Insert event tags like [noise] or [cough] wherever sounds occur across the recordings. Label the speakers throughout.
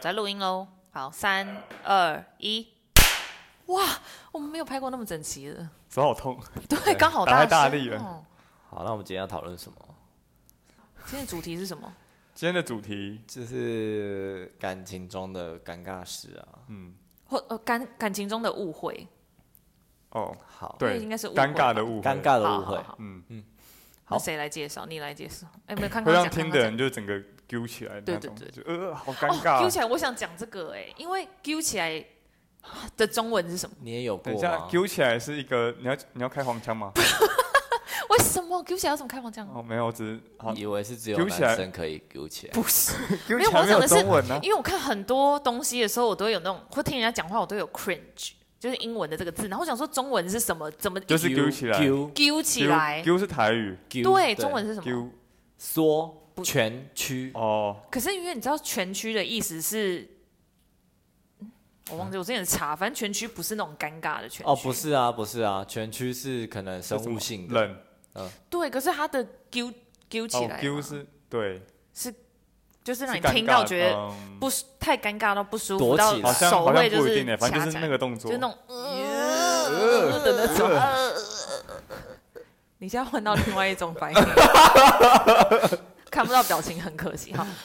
Speaker 1: 在录音喽。好，三二一，哇，我们没有拍过那么整齐的，
Speaker 2: 手好痛，
Speaker 1: 对，刚好
Speaker 2: 打太
Speaker 1: 声
Speaker 2: 大力了
Speaker 1: 哦
Speaker 3: 好，那我们今天要讨论什么？
Speaker 1: 今天的主题是什么？
Speaker 2: 今天的主题，
Speaker 3: 就是感情中的尴尬事啊。
Speaker 2: 嗯，
Speaker 1: 或呃感感情中的误会，
Speaker 2: 哦，
Speaker 3: 好，
Speaker 2: 对，
Speaker 1: 应该是误会
Speaker 2: 尴尬的误会，
Speaker 3: 尴，尬的
Speaker 1: 好
Speaker 3: 误
Speaker 1: 好
Speaker 3: 会，
Speaker 1: 好，
Speaker 2: 嗯，
Speaker 1: 那
Speaker 3: 好
Speaker 1: 谁来介绍？你来介绍。哎，没有看
Speaker 2: 会
Speaker 1: 刚刚
Speaker 2: 让听
Speaker 1: 讲，
Speaker 2: 的
Speaker 1: 刚
Speaker 2: 人就整个揪起来的那种，
Speaker 1: 对对
Speaker 2: 就呃，好尴
Speaker 1: 刚讲
Speaker 2: 尬
Speaker 1: 哦，
Speaker 2: 啊
Speaker 1: 揪。起来，我想讲这个哎，因为揪起来的中文是什么？
Speaker 3: 你也有过
Speaker 2: 等一下
Speaker 3: 吗，？
Speaker 2: 揪起来是一个，你要你要开
Speaker 1: [laughs]
Speaker 2: 黄腔吗？
Speaker 1: 为什么揪起来要怎么开黄腔？
Speaker 2: 哦，没有，我只是好，
Speaker 3: 以为是只有
Speaker 2: 揪起来
Speaker 3: 男生可以揪起来，
Speaker 1: 不是，
Speaker 2: 揪
Speaker 1: 没有
Speaker 2: 起来
Speaker 1: 我讲
Speaker 2: 没有
Speaker 1: 的是
Speaker 2: 中文呢，啊
Speaker 1: 因为我看很多东西的时候，我都会有那种会听人家讲话，我都有 cringe，就是英文的这个字，然后我想说中文是什么，怎么
Speaker 2: 就是揪起来
Speaker 3: 揪
Speaker 1: 揪起
Speaker 2: 揪
Speaker 1: 来？
Speaker 2: 揪是台语，
Speaker 3: 揪
Speaker 1: 对，中文是什么？
Speaker 2: 揪
Speaker 3: 缩全区
Speaker 2: 哦，
Speaker 1: 可是因为你知道全区的意思是，嗯我忘记我之前查，反正全区不是那种尴尬的全区
Speaker 3: 哦，不，是啊，不是啊，全区是可能生物性的，
Speaker 2: 冷，
Speaker 1: 对，可是它的揪揪起
Speaker 2: 哦
Speaker 1: 来，，啊
Speaker 2: 揪是对，
Speaker 1: 就是让
Speaker 2: 是
Speaker 1: 你
Speaker 2: 尴
Speaker 1: 听
Speaker 2: 尬
Speaker 1: 到
Speaker 2: 的
Speaker 1: 觉得
Speaker 2: 嗯
Speaker 1: 不舒太尴尬到不舒服，
Speaker 3: 躲起
Speaker 1: 到
Speaker 3: 来
Speaker 2: 好像
Speaker 1: 手
Speaker 2: 好像
Speaker 1: 会就
Speaker 2: 不一
Speaker 1: 是
Speaker 2: 定呢，欸反正
Speaker 1: 掐
Speaker 2: 就
Speaker 1: 起
Speaker 2: 是
Speaker 1: 来
Speaker 2: 那个呃动作
Speaker 1: 就是，那种呃的那种。呃你现在换到另外一种反
Speaker 2: [laughs]
Speaker 1: 应，看不到表情很可惜哈。
Speaker 2: [laughs]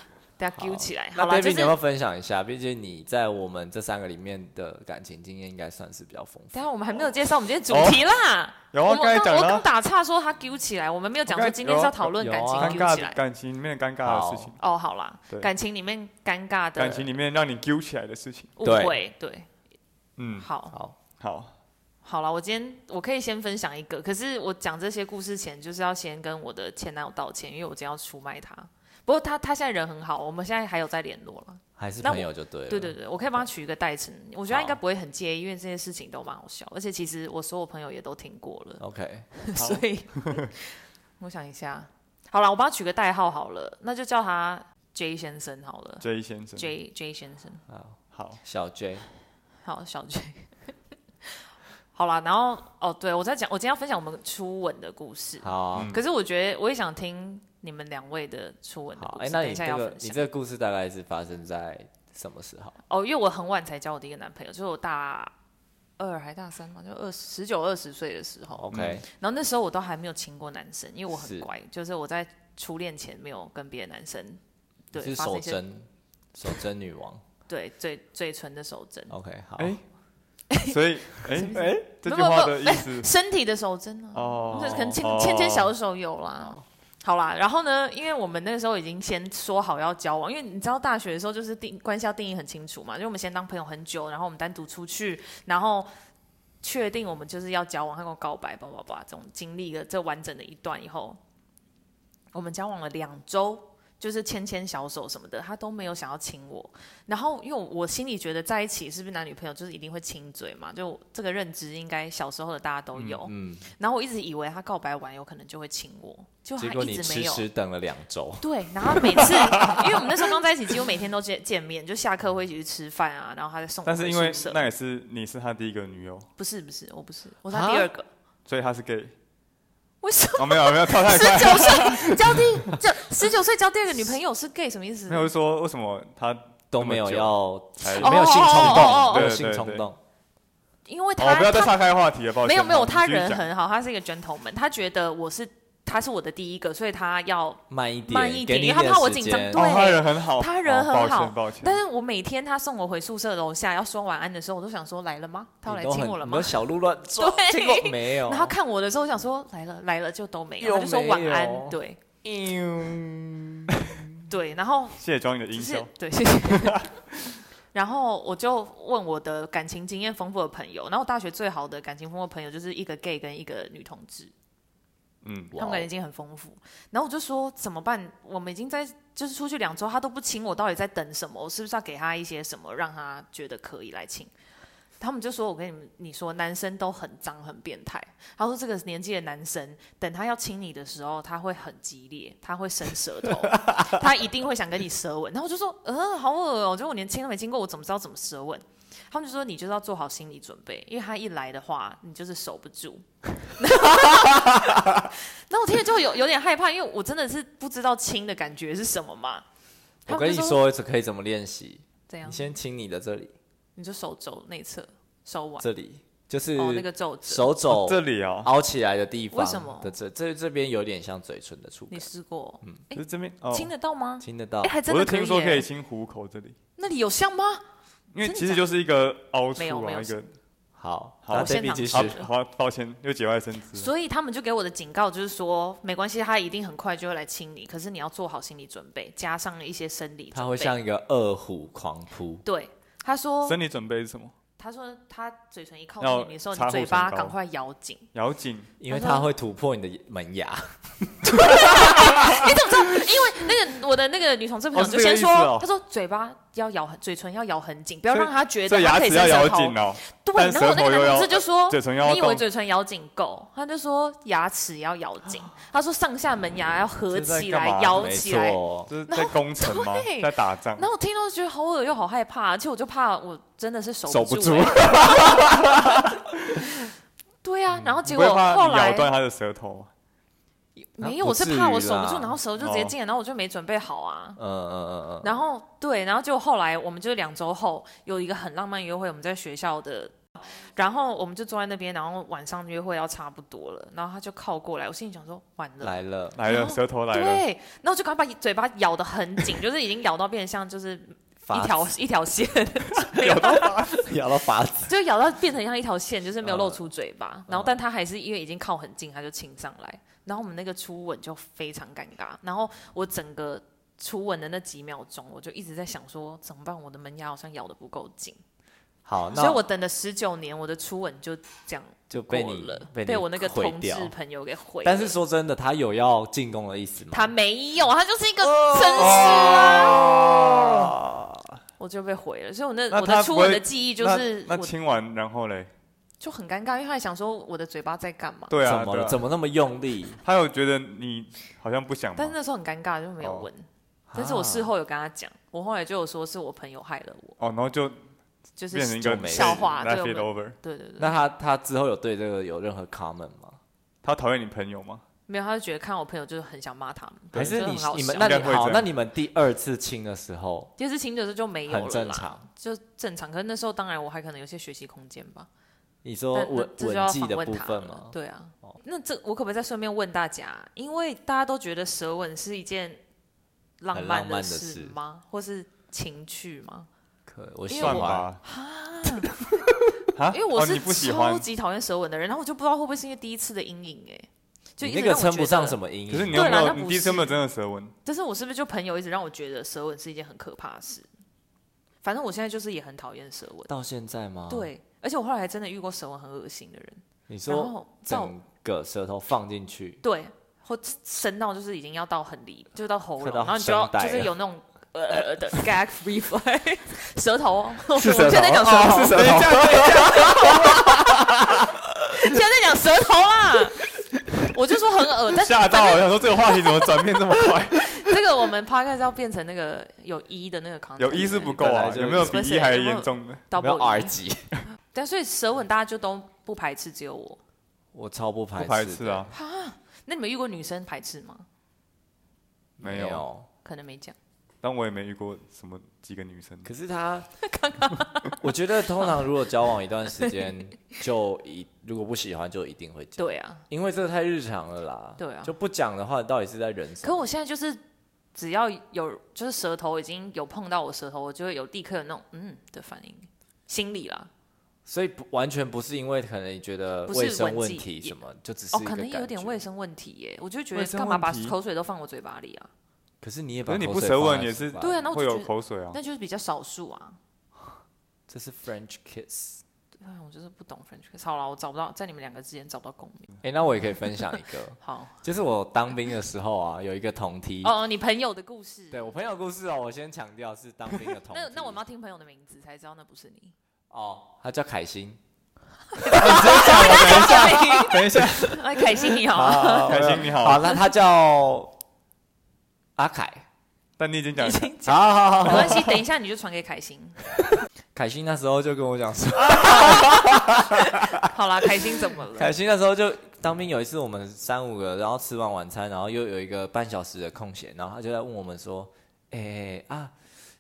Speaker 1: 大家揪起来，好
Speaker 3: 那
Speaker 1: 了，就
Speaker 3: David
Speaker 1: 是
Speaker 3: 你要不要分享一下？毕竟你在我们这三个里面的感情经验应该算是比较丰富。
Speaker 1: 等一下我们还没有介绍我们今天主题啦。
Speaker 2: 有啊
Speaker 1: 我
Speaker 2: 刚才
Speaker 1: 刚
Speaker 2: 讲了
Speaker 1: 我
Speaker 2: 啊
Speaker 1: 刚打岔说他揪起来，我们没有讲说今天是要讨论
Speaker 3: 有啊
Speaker 1: 感
Speaker 3: 有
Speaker 1: 情
Speaker 3: 啊
Speaker 2: 尴
Speaker 1: 揪
Speaker 2: 尬
Speaker 1: 起
Speaker 2: 的
Speaker 1: 来。
Speaker 2: 感情里面的尴尬的事情，
Speaker 1: 哦，好啦
Speaker 2: 对，
Speaker 1: 感情里面尴尬的
Speaker 2: 感情里面让你揪起来的事情，
Speaker 1: 误会，对，
Speaker 2: 嗯，
Speaker 1: 好，
Speaker 3: 好，
Speaker 2: 好，
Speaker 1: 好了，我今天我可以先分享一个，可是我讲这些故事前，就是要先跟我的前男友道歉，因为我今天要出卖他。不过他他现在人很好，我们现在还有在联络了。
Speaker 3: 还是
Speaker 1: 那我
Speaker 3: 朋友就对了。
Speaker 1: 对对对，我可以帮他取一个代称，我觉得他
Speaker 3: 好
Speaker 1: 应该不会很介意，因为这些事情都蛮好笑，而且其实我所有朋友也都听过了，
Speaker 3: ，OK，
Speaker 2: 好
Speaker 1: 所以我想一下，好了，我帮他取个代号好了，那就叫他 J 先生好了
Speaker 2: ，J 先生，
Speaker 1: ，J J 先生。
Speaker 2: 好，
Speaker 3: 小 J，
Speaker 1: 好，小 J。好啦，然后哦，对我在讲，我今天要分享我们初吻的故事。
Speaker 3: 好啊，
Speaker 1: 可是我觉得我也想听你们两位的初吻的
Speaker 3: 好，
Speaker 1: 故
Speaker 3: 哎，
Speaker 1: 事，
Speaker 3: 那
Speaker 1: 等
Speaker 3: 你
Speaker 1: 一下
Speaker 3: 这
Speaker 1: 要
Speaker 3: 个
Speaker 1: 分
Speaker 3: 你
Speaker 1: 享。
Speaker 3: 这个故事大概是发生在什么时候？
Speaker 1: 哦，因为我很晚才交我第一个男朋友，就是我大二还大三嘛，就二十九二十岁的时候。
Speaker 3: OK，
Speaker 1: 然后那时候我都还没有亲过男生，因为我很
Speaker 3: 是
Speaker 1: 乖，就是我在初恋前没有跟别的男生对
Speaker 3: 是
Speaker 1: 发生
Speaker 3: 守
Speaker 1: 一些
Speaker 3: 贞，守贞女王。
Speaker 1: 对嘴嘴唇的手针，
Speaker 3: OK，好，
Speaker 2: 哎
Speaker 1: [laughs]
Speaker 2: 所以，哎哎，这句
Speaker 1: 不不
Speaker 2: 话
Speaker 1: 不
Speaker 2: 的意
Speaker 1: [laughs]
Speaker 2: 思
Speaker 1: 身体的手针啊。
Speaker 2: 哦，
Speaker 1: 就是可能牵
Speaker 2: 哦
Speaker 1: 牵牵小手有啦。好啦，然后呢？因为我们那个时候已经先说好要交往，因为你知道大学的时候就是定关系要定义很清楚嘛，因为我们先当朋友很久，然后我们单独出去，然后确定我们就是要交往，还有告白，叭叭叭，这种经历了这完整的一段以后，我们交往了两周，就是牵牵小手什么的，他都没有想要亲我。然后因为我心里觉得在一起是不是男女朋友就是一定会亲嘴嘛，就这个认知应该小时候的大家都有。
Speaker 3: 嗯，
Speaker 1: 然后我一直以为他告白完有可能就会亲我，结果
Speaker 3: 结
Speaker 1: 他
Speaker 3: 果
Speaker 1: 一
Speaker 3: 你
Speaker 1: 直没
Speaker 3: 迟
Speaker 1: 有。
Speaker 3: 迟等了两周，
Speaker 1: 对，然后每次，因为我们那时候刚在一起，几乎每天都见见面，就下课会一起去吃饭啊，然后他在送我
Speaker 2: 但是
Speaker 1: 回
Speaker 2: 因为
Speaker 1: 宿舍
Speaker 2: 那也是你是他第一个女
Speaker 1: [laughs]
Speaker 2: 友，
Speaker 1: 不是不是，我不是，我是他第
Speaker 3: 啊
Speaker 1: 二个。
Speaker 2: 所以他是 gay。
Speaker 1: 为什么
Speaker 2: 哦，没有没有，
Speaker 1: [laughs]
Speaker 2: 跳太
Speaker 1: 十
Speaker 2: 快。
Speaker 1: 九岁交第交十九岁交第二个女朋友是 gay 什么意思
Speaker 2: 没？有是说为什么他哦
Speaker 3: 都没有要，
Speaker 2: 才
Speaker 1: 哦
Speaker 3: 没有性冲
Speaker 1: 哦哦哦哦
Speaker 3: 动，没有
Speaker 2: 对
Speaker 3: 性
Speaker 2: 对
Speaker 3: 冲
Speaker 2: 对
Speaker 3: 动。
Speaker 1: 因为
Speaker 2: 哦，
Speaker 1: 他
Speaker 2: 不要再
Speaker 1: 他
Speaker 2: 岔开话题了，抱歉。
Speaker 1: 没有没有，
Speaker 2: 好
Speaker 1: 他
Speaker 2: 你继续
Speaker 1: 人
Speaker 2: 讲
Speaker 1: 很好，他是一个 gentleman，他觉得我是他是我的第一个，所以他要
Speaker 3: 慢一点，
Speaker 1: 慢一
Speaker 3: 给
Speaker 1: 点因
Speaker 3: 你
Speaker 1: 为他
Speaker 3: 点
Speaker 1: 怕我
Speaker 3: 时
Speaker 1: 紧张
Speaker 3: 间
Speaker 1: 对
Speaker 2: 哦，他人很好，
Speaker 1: 他人很
Speaker 2: 哦
Speaker 1: 好
Speaker 2: 抱歉抱歉。
Speaker 1: 但是我每天他送我回宿舍楼下要说晚安的时候，我都想说来了吗？他要来
Speaker 3: 你都
Speaker 1: 亲
Speaker 3: 很
Speaker 1: 我了
Speaker 3: 你
Speaker 1: 吗
Speaker 3: 都？小鹿乱撞，
Speaker 1: 对
Speaker 3: 结果没有。
Speaker 1: 然后看我的时候，我想说来了来了就都没有，
Speaker 3: 又
Speaker 1: 他就说晚
Speaker 3: 没有
Speaker 1: 安，对对，然后
Speaker 2: 谢谢装你的
Speaker 1: 只
Speaker 2: 音
Speaker 1: 是
Speaker 2: 效，
Speaker 1: 对谢谢。 [laughs] 然后我就问我的感情经验丰富的朋友，然后我大学最好的感情丰富的朋友就是一个 gay 跟一个女同志，
Speaker 2: 嗯，
Speaker 1: 他们
Speaker 3: 哇
Speaker 1: 感
Speaker 3: 哦
Speaker 1: 情经验很丰富。然后我就说怎么办？我们已经在就是出去两周，他都不亲我，到底在等什么？我是不是要给他一些什么，让他觉得可以来亲？他们就说：“我跟你们你说，男生都很脏很变态。”他说：“这个年纪的男生，等他要亲你的时候，他会很激烈，他会伸舌头， [laughs] 他一定会想跟你舌吻。”然后我就说：“呃，好恶哦、就我连亲都没亲过，我怎么知道怎么舌吻？”他们就说：“你就是要做好心理准备，因为他一来的话，你就是守不住。” [laughs] 然后我听了就有有点害怕，因为我真的是不知道亲的感觉是什么嘛。他们
Speaker 3: 我跟你
Speaker 1: 就，
Speaker 3: 说，这可以怎么练习？
Speaker 1: 怎样
Speaker 3: 你？先亲你的这里，
Speaker 1: 你就手肘内侧、手腕
Speaker 3: 这里就是
Speaker 1: 哦，那个皱褶，
Speaker 3: 手肘
Speaker 2: 哦这里啊，
Speaker 3: 凹起来的地方，
Speaker 1: 为什么
Speaker 3: 的这这这边有点像嘴唇的触
Speaker 1: 你
Speaker 3: 感，
Speaker 1: 试过？哎
Speaker 2: 就是这边哦。
Speaker 1: 亲得到吗？
Speaker 3: 哦听得到
Speaker 1: 哎，？还真
Speaker 2: 我
Speaker 1: 的
Speaker 2: 是
Speaker 1: 可以
Speaker 2: 听说可以
Speaker 1: 耶。
Speaker 2: 亲虎口这里，
Speaker 1: 那里有像吗？
Speaker 2: 因为
Speaker 1: 真的假
Speaker 2: 其实
Speaker 1: 的
Speaker 2: 就是一个凹处
Speaker 1: 没有没有
Speaker 2: 啊，一个
Speaker 3: 好，
Speaker 2: 好
Speaker 3: 那
Speaker 1: 我现
Speaker 3: David
Speaker 1: 场
Speaker 3: 继续
Speaker 2: 好，好，抱歉，又节外生枝。
Speaker 1: 所以他们就给我的警告就是说，没关系，他一定很快就会来亲你，可是你要做好心理准备，加上一些生理准备。
Speaker 3: 他会像一个饿虎狂扑，
Speaker 1: 对他说，
Speaker 2: 身体准备是什么？
Speaker 1: 他说他嘴唇一靠
Speaker 2: 要
Speaker 1: 近你的时候，
Speaker 2: 插
Speaker 1: 你
Speaker 2: 护
Speaker 1: 嘴
Speaker 2: 唇
Speaker 1: 巴
Speaker 2: 膏
Speaker 1: 赶快咬紧。
Speaker 2: 咬紧，
Speaker 3: 因为他
Speaker 1: 嗯
Speaker 3: 会突破你的门
Speaker 1: [laughs]
Speaker 3: 牙。
Speaker 1: 你怎么知道？因为那个我的那个女同志朋友
Speaker 2: 哦
Speaker 1: 就是
Speaker 2: 这个
Speaker 1: 先
Speaker 2: 意思
Speaker 1: 说，
Speaker 2: 哦
Speaker 1: 她说嘴巴要咬很，嘴唇要咬很紧，不要
Speaker 2: 所以
Speaker 1: 让她觉
Speaker 2: 这
Speaker 1: 得
Speaker 2: 牙
Speaker 1: 她可以
Speaker 2: 齿要
Speaker 1: 伸舌
Speaker 2: 咬
Speaker 1: 头。
Speaker 2: 紧哦，
Speaker 1: 对，
Speaker 2: 但
Speaker 1: 然后
Speaker 2: 舌
Speaker 1: 那
Speaker 2: 头
Speaker 1: 个
Speaker 2: 又
Speaker 1: 男
Speaker 2: 要
Speaker 1: 同志就说
Speaker 2: 嘴唇要：“
Speaker 1: 你以为
Speaker 2: 动
Speaker 1: 嘴唇咬紧够？”他就说牙齿要咬紧，他说上下门牙要合
Speaker 2: 这在
Speaker 1: 起
Speaker 2: 干
Speaker 1: 来，
Speaker 2: 嘛
Speaker 1: 咬
Speaker 3: 没
Speaker 1: 起来。
Speaker 3: 错，
Speaker 2: 这是在攻城吗
Speaker 1: 对？
Speaker 2: 在打仗
Speaker 1: 然？后我听到就觉得好恶又好害怕，而且我就怕我真的是守
Speaker 2: 守
Speaker 1: 不
Speaker 2: 不
Speaker 1: 住
Speaker 2: 住
Speaker 1: 欸。
Speaker 2: [laughs]
Speaker 1: 对啊，然后
Speaker 2: 嗯你
Speaker 1: 结
Speaker 2: 不会
Speaker 1: 果
Speaker 2: 怕
Speaker 1: 后
Speaker 2: 你咬
Speaker 1: 来
Speaker 2: 断他的舌头吗？
Speaker 1: 没
Speaker 3: 啊
Speaker 1: 有，
Speaker 3: 不
Speaker 1: 我是
Speaker 3: 至
Speaker 1: 怕
Speaker 3: 于
Speaker 1: 我守不
Speaker 3: 啦
Speaker 1: 住，然后舌头就直
Speaker 2: 哦
Speaker 1: 接进来，然后我就没准备好啊。
Speaker 3: 嗯嗯嗯嗯，
Speaker 1: 然后对，然后就后来我们就两周后有一个很浪漫约会，我们在学校的，然后我们就坐在那边，然后晚上约会要差不多了，然后他就靠过来，我心里想说完了。
Speaker 3: 来了， [laughs]
Speaker 2: 来
Speaker 1: 然
Speaker 2: 了，
Speaker 1: 后
Speaker 2: 舌头来了，
Speaker 1: 对，然后就赶快把嘴巴咬得很紧，就是已经咬到变成像就是一
Speaker 3: 发
Speaker 1: 条一条线，
Speaker 2: 咬到
Speaker 3: 咬到发紫，
Speaker 1: 就咬到变成像一条线，就是没有露出嘴巴。然后，但他还是因为已经靠很近，他就亲上来。然后我们那个初吻就非常尴尬。然后我整个初吻的那几秒钟，我就一直在想说怎么办？我的门牙好像咬得不够紧，
Speaker 3: 好，
Speaker 1: 所以
Speaker 3: 嗯那
Speaker 1: 我等了十九年，我的初吻就这样
Speaker 3: 就
Speaker 1: 过
Speaker 3: 被你
Speaker 1: 了，
Speaker 3: 被
Speaker 1: 被
Speaker 3: 你
Speaker 1: 我那个
Speaker 3: 毁
Speaker 1: 同志
Speaker 3: 掉。
Speaker 1: 朋友给毁了。
Speaker 3: 但是说真的，他有要进攻的意思吗？
Speaker 1: 他没有，他就是一个
Speaker 2: 哦
Speaker 1: 绅士啊，我就被毁了。所以我那
Speaker 2: 那
Speaker 1: 我
Speaker 2: 他
Speaker 1: 的
Speaker 2: 不
Speaker 1: 初吻
Speaker 2: 会
Speaker 1: 的记忆就
Speaker 2: 那
Speaker 1: 是
Speaker 2: 那
Speaker 1: 我
Speaker 2: 亲完然后嘞，
Speaker 1: 就很尴尬，因为他还想说我的嘴巴在干嘛。
Speaker 2: 对啊，
Speaker 3: 怎么
Speaker 2: 对
Speaker 3: 了？
Speaker 2: 啊
Speaker 3: 怎么那么用力？
Speaker 2: 他有觉得你好像不想
Speaker 1: 但是
Speaker 2: 吗？
Speaker 1: 那时候很尴尬，就没有
Speaker 2: 哦
Speaker 1: 问。但是我
Speaker 3: 啊
Speaker 1: 事后有跟他讲，我后来就有说是我朋友害了我，
Speaker 2: 哦，然后就
Speaker 1: 就
Speaker 2: 变成
Speaker 1: 是
Speaker 2: 一个
Speaker 3: 就没事
Speaker 1: 笑话，
Speaker 2: l
Speaker 1: 对
Speaker 2: e
Speaker 1: 我
Speaker 2: it
Speaker 1: 们
Speaker 2: over。
Speaker 1: 对对对，
Speaker 3: 那他他之后有对这个有任何 comment 吗？
Speaker 2: 他讨厌你朋友吗？
Speaker 1: 没有，他就觉得看我朋友就是很想骂他们，
Speaker 3: 还是
Speaker 1: 觉得
Speaker 3: 你
Speaker 1: 很好
Speaker 3: 你们
Speaker 1: 笑
Speaker 3: 那
Speaker 2: 应
Speaker 3: 你
Speaker 2: 该会这
Speaker 3: 好，
Speaker 2: 样
Speaker 3: 那你们第二次亲的时候
Speaker 1: 第二次亲的时候就没有
Speaker 3: 很
Speaker 1: 了
Speaker 3: 正
Speaker 1: 啦，
Speaker 3: 常？
Speaker 1: 就正常。可是那时候当然我还可能有些学习空间吧，
Speaker 3: 你说
Speaker 1: 但那
Speaker 3: 文
Speaker 1: 这就
Speaker 3: 文
Speaker 1: 要
Speaker 3: 技
Speaker 1: 访
Speaker 3: 的
Speaker 1: 问
Speaker 3: 部
Speaker 1: 他
Speaker 3: 分
Speaker 1: 了
Speaker 3: 吗？哦
Speaker 1: 对啊，那这我可不可以再顺便问大家，因为大家都觉得舌吻是一件浪
Speaker 3: 很
Speaker 1: 漫
Speaker 3: 浪漫的
Speaker 1: 事
Speaker 3: 事
Speaker 1: 吗？或是情趣吗？
Speaker 3: 可我
Speaker 1: 因为
Speaker 3: 喜
Speaker 2: 算
Speaker 1: 我
Speaker 3: 欢，
Speaker 2: 吧。
Speaker 1: [laughs]
Speaker 2: 啊
Speaker 1: 因为我
Speaker 2: 哦、
Speaker 1: 是
Speaker 2: 你不喜
Speaker 1: 超
Speaker 2: 欢，
Speaker 1: 级讨厌舌吻的人，然后我就不知道会不会是因为第一次的阴影哎、就
Speaker 3: 你
Speaker 1: 一
Speaker 3: 那
Speaker 1: 直
Speaker 3: 个
Speaker 1: 让我
Speaker 3: 称
Speaker 1: 觉
Speaker 3: 不上
Speaker 1: 得
Speaker 3: 什么阴
Speaker 2: 可是你
Speaker 3: 影。
Speaker 2: 有
Speaker 3: 啊
Speaker 1: 对
Speaker 2: 没
Speaker 1: 啦那
Speaker 2: 有？
Speaker 1: 不
Speaker 2: 你第一次有没有真的舌吻？
Speaker 1: 但是我是不是就朋友一直让我觉得舌吻是一件很可怕的事？反正我现在就是也很讨厌舌吻，
Speaker 3: 到现在吗？，
Speaker 1: 对，而且我后来还真的遇过舌吻很恶心的人，
Speaker 3: 你说
Speaker 1: 然后到
Speaker 3: 整个舌头放进去，
Speaker 1: 对，或深到就是已经要到很离，就到喉咙，
Speaker 3: 快到
Speaker 1: 然后你就要
Speaker 3: 声带
Speaker 1: 就是
Speaker 3: 了
Speaker 1: 有那种呃的 gag reflex，舌 [laughs] 头，哦我
Speaker 3: 是
Speaker 1: 现
Speaker 3: 舌头
Speaker 1: 在讲舌
Speaker 3: 哦
Speaker 1: 头，
Speaker 3: 是舌
Speaker 2: 等一下，等一下
Speaker 1: 现在讲舌头啦，我就说很恶，但是
Speaker 2: 吓到了！我想说这个话题怎么转变这么快？
Speaker 1: [laughs] 这个我们 podcast 要变成那个有一的那个 content，
Speaker 2: 有一是不够啊，
Speaker 3: 本来就
Speaker 2: 有没有比一还严重的？
Speaker 3: 有没有
Speaker 1: double
Speaker 3: R
Speaker 1: 一？ [laughs]
Speaker 3: 级？
Speaker 1: 但所以舌吻大家就都不排斥，只有我。
Speaker 3: 我超不
Speaker 2: 不
Speaker 3: 排
Speaker 2: 排
Speaker 3: 斥
Speaker 2: 斥
Speaker 3: 的，
Speaker 2: 啊，
Speaker 1: 那你们遇过女生排斥吗？
Speaker 2: 没
Speaker 3: 有。
Speaker 2: 有。
Speaker 1: 可能没讲。
Speaker 2: 但我也没遇过什么几个女生。
Speaker 3: 可
Speaker 1: [laughs]
Speaker 3: 是他我觉得通常如果交往一段时间，就一如果不喜欢就一定会讲，
Speaker 1: 对啊，
Speaker 3: 因为这太日常了啦。
Speaker 1: 对啊
Speaker 3: 就不讲的话，到底是在忍什
Speaker 1: 可
Speaker 3: 么？
Speaker 1: 我现在就是只要有就是舌头已经有碰到我舌头，我就会有立刻有那种嗯的反应，心理啦。
Speaker 3: 所以不完全不是因为可能你觉得
Speaker 1: 不是
Speaker 3: 卫生问
Speaker 1: 文
Speaker 3: 题
Speaker 1: 技
Speaker 3: 什么，就只是
Speaker 1: 哦，
Speaker 3: 一
Speaker 1: 可
Speaker 3: 个
Speaker 1: 能有
Speaker 3: 感
Speaker 1: 点
Speaker 3: 觉
Speaker 1: 卫。生问题耶，我就觉
Speaker 2: 卫
Speaker 1: 得
Speaker 2: 生
Speaker 1: 干嘛把
Speaker 2: 问题
Speaker 1: 口水都放我嘴巴里啊？
Speaker 3: 可是你也
Speaker 2: 可
Speaker 3: 把
Speaker 2: 是你
Speaker 3: 口
Speaker 2: 不
Speaker 3: 水
Speaker 2: 舌
Speaker 3: 放
Speaker 2: 吻
Speaker 3: 在
Speaker 2: 也
Speaker 3: 嘴
Speaker 2: 是
Speaker 3: 巴
Speaker 1: 对啊
Speaker 3: 里
Speaker 1: 那我就
Speaker 2: 会有
Speaker 1: 觉得
Speaker 2: 口水啊。
Speaker 1: 那就是比较少数啊。
Speaker 3: 这是 French
Speaker 1: [laughs]
Speaker 3: kiss。
Speaker 1: 对啊，我就是不懂 French kiss。好了，我找不到在你们两个之间找不到共鸣。
Speaker 3: 哎，那我也可以分享一个，
Speaker 1: 好，
Speaker 3: 就是我当兵的时候啊，有一个同梯。
Speaker 1: 哦，你朋友的故事。
Speaker 3: 对我朋友的故事哦，我先强调是当兵的同梯。
Speaker 1: 那那我们要听朋友的名字才知道那不是
Speaker 3: [laughs]
Speaker 1: 你。
Speaker 3: 哦，他叫
Speaker 1: [laughs]
Speaker 3: 凯欣。 [laughs]
Speaker 2: 等一下，
Speaker 1: 哎，凯欣你好，
Speaker 3: 好 [laughs] 啊
Speaker 2: 凯欣你好
Speaker 3: 好，那他叫阿凯。
Speaker 2: 但你已经讲
Speaker 1: 已，经
Speaker 3: 好好好
Speaker 1: 没
Speaker 3: 好，
Speaker 1: 关系，等一下你就传给凯
Speaker 3: [laughs]
Speaker 1: 欣。
Speaker 3: 凯欣那时候就跟我讲说，
Speaker 1: 好啦，凯欣怎么了？
Speaker 3: 凯欣那时候就当兵有一次我们三五个，然后吃完晚餐，然后又有一个半小时的空闲，然后他就在问我们说，哎、啊，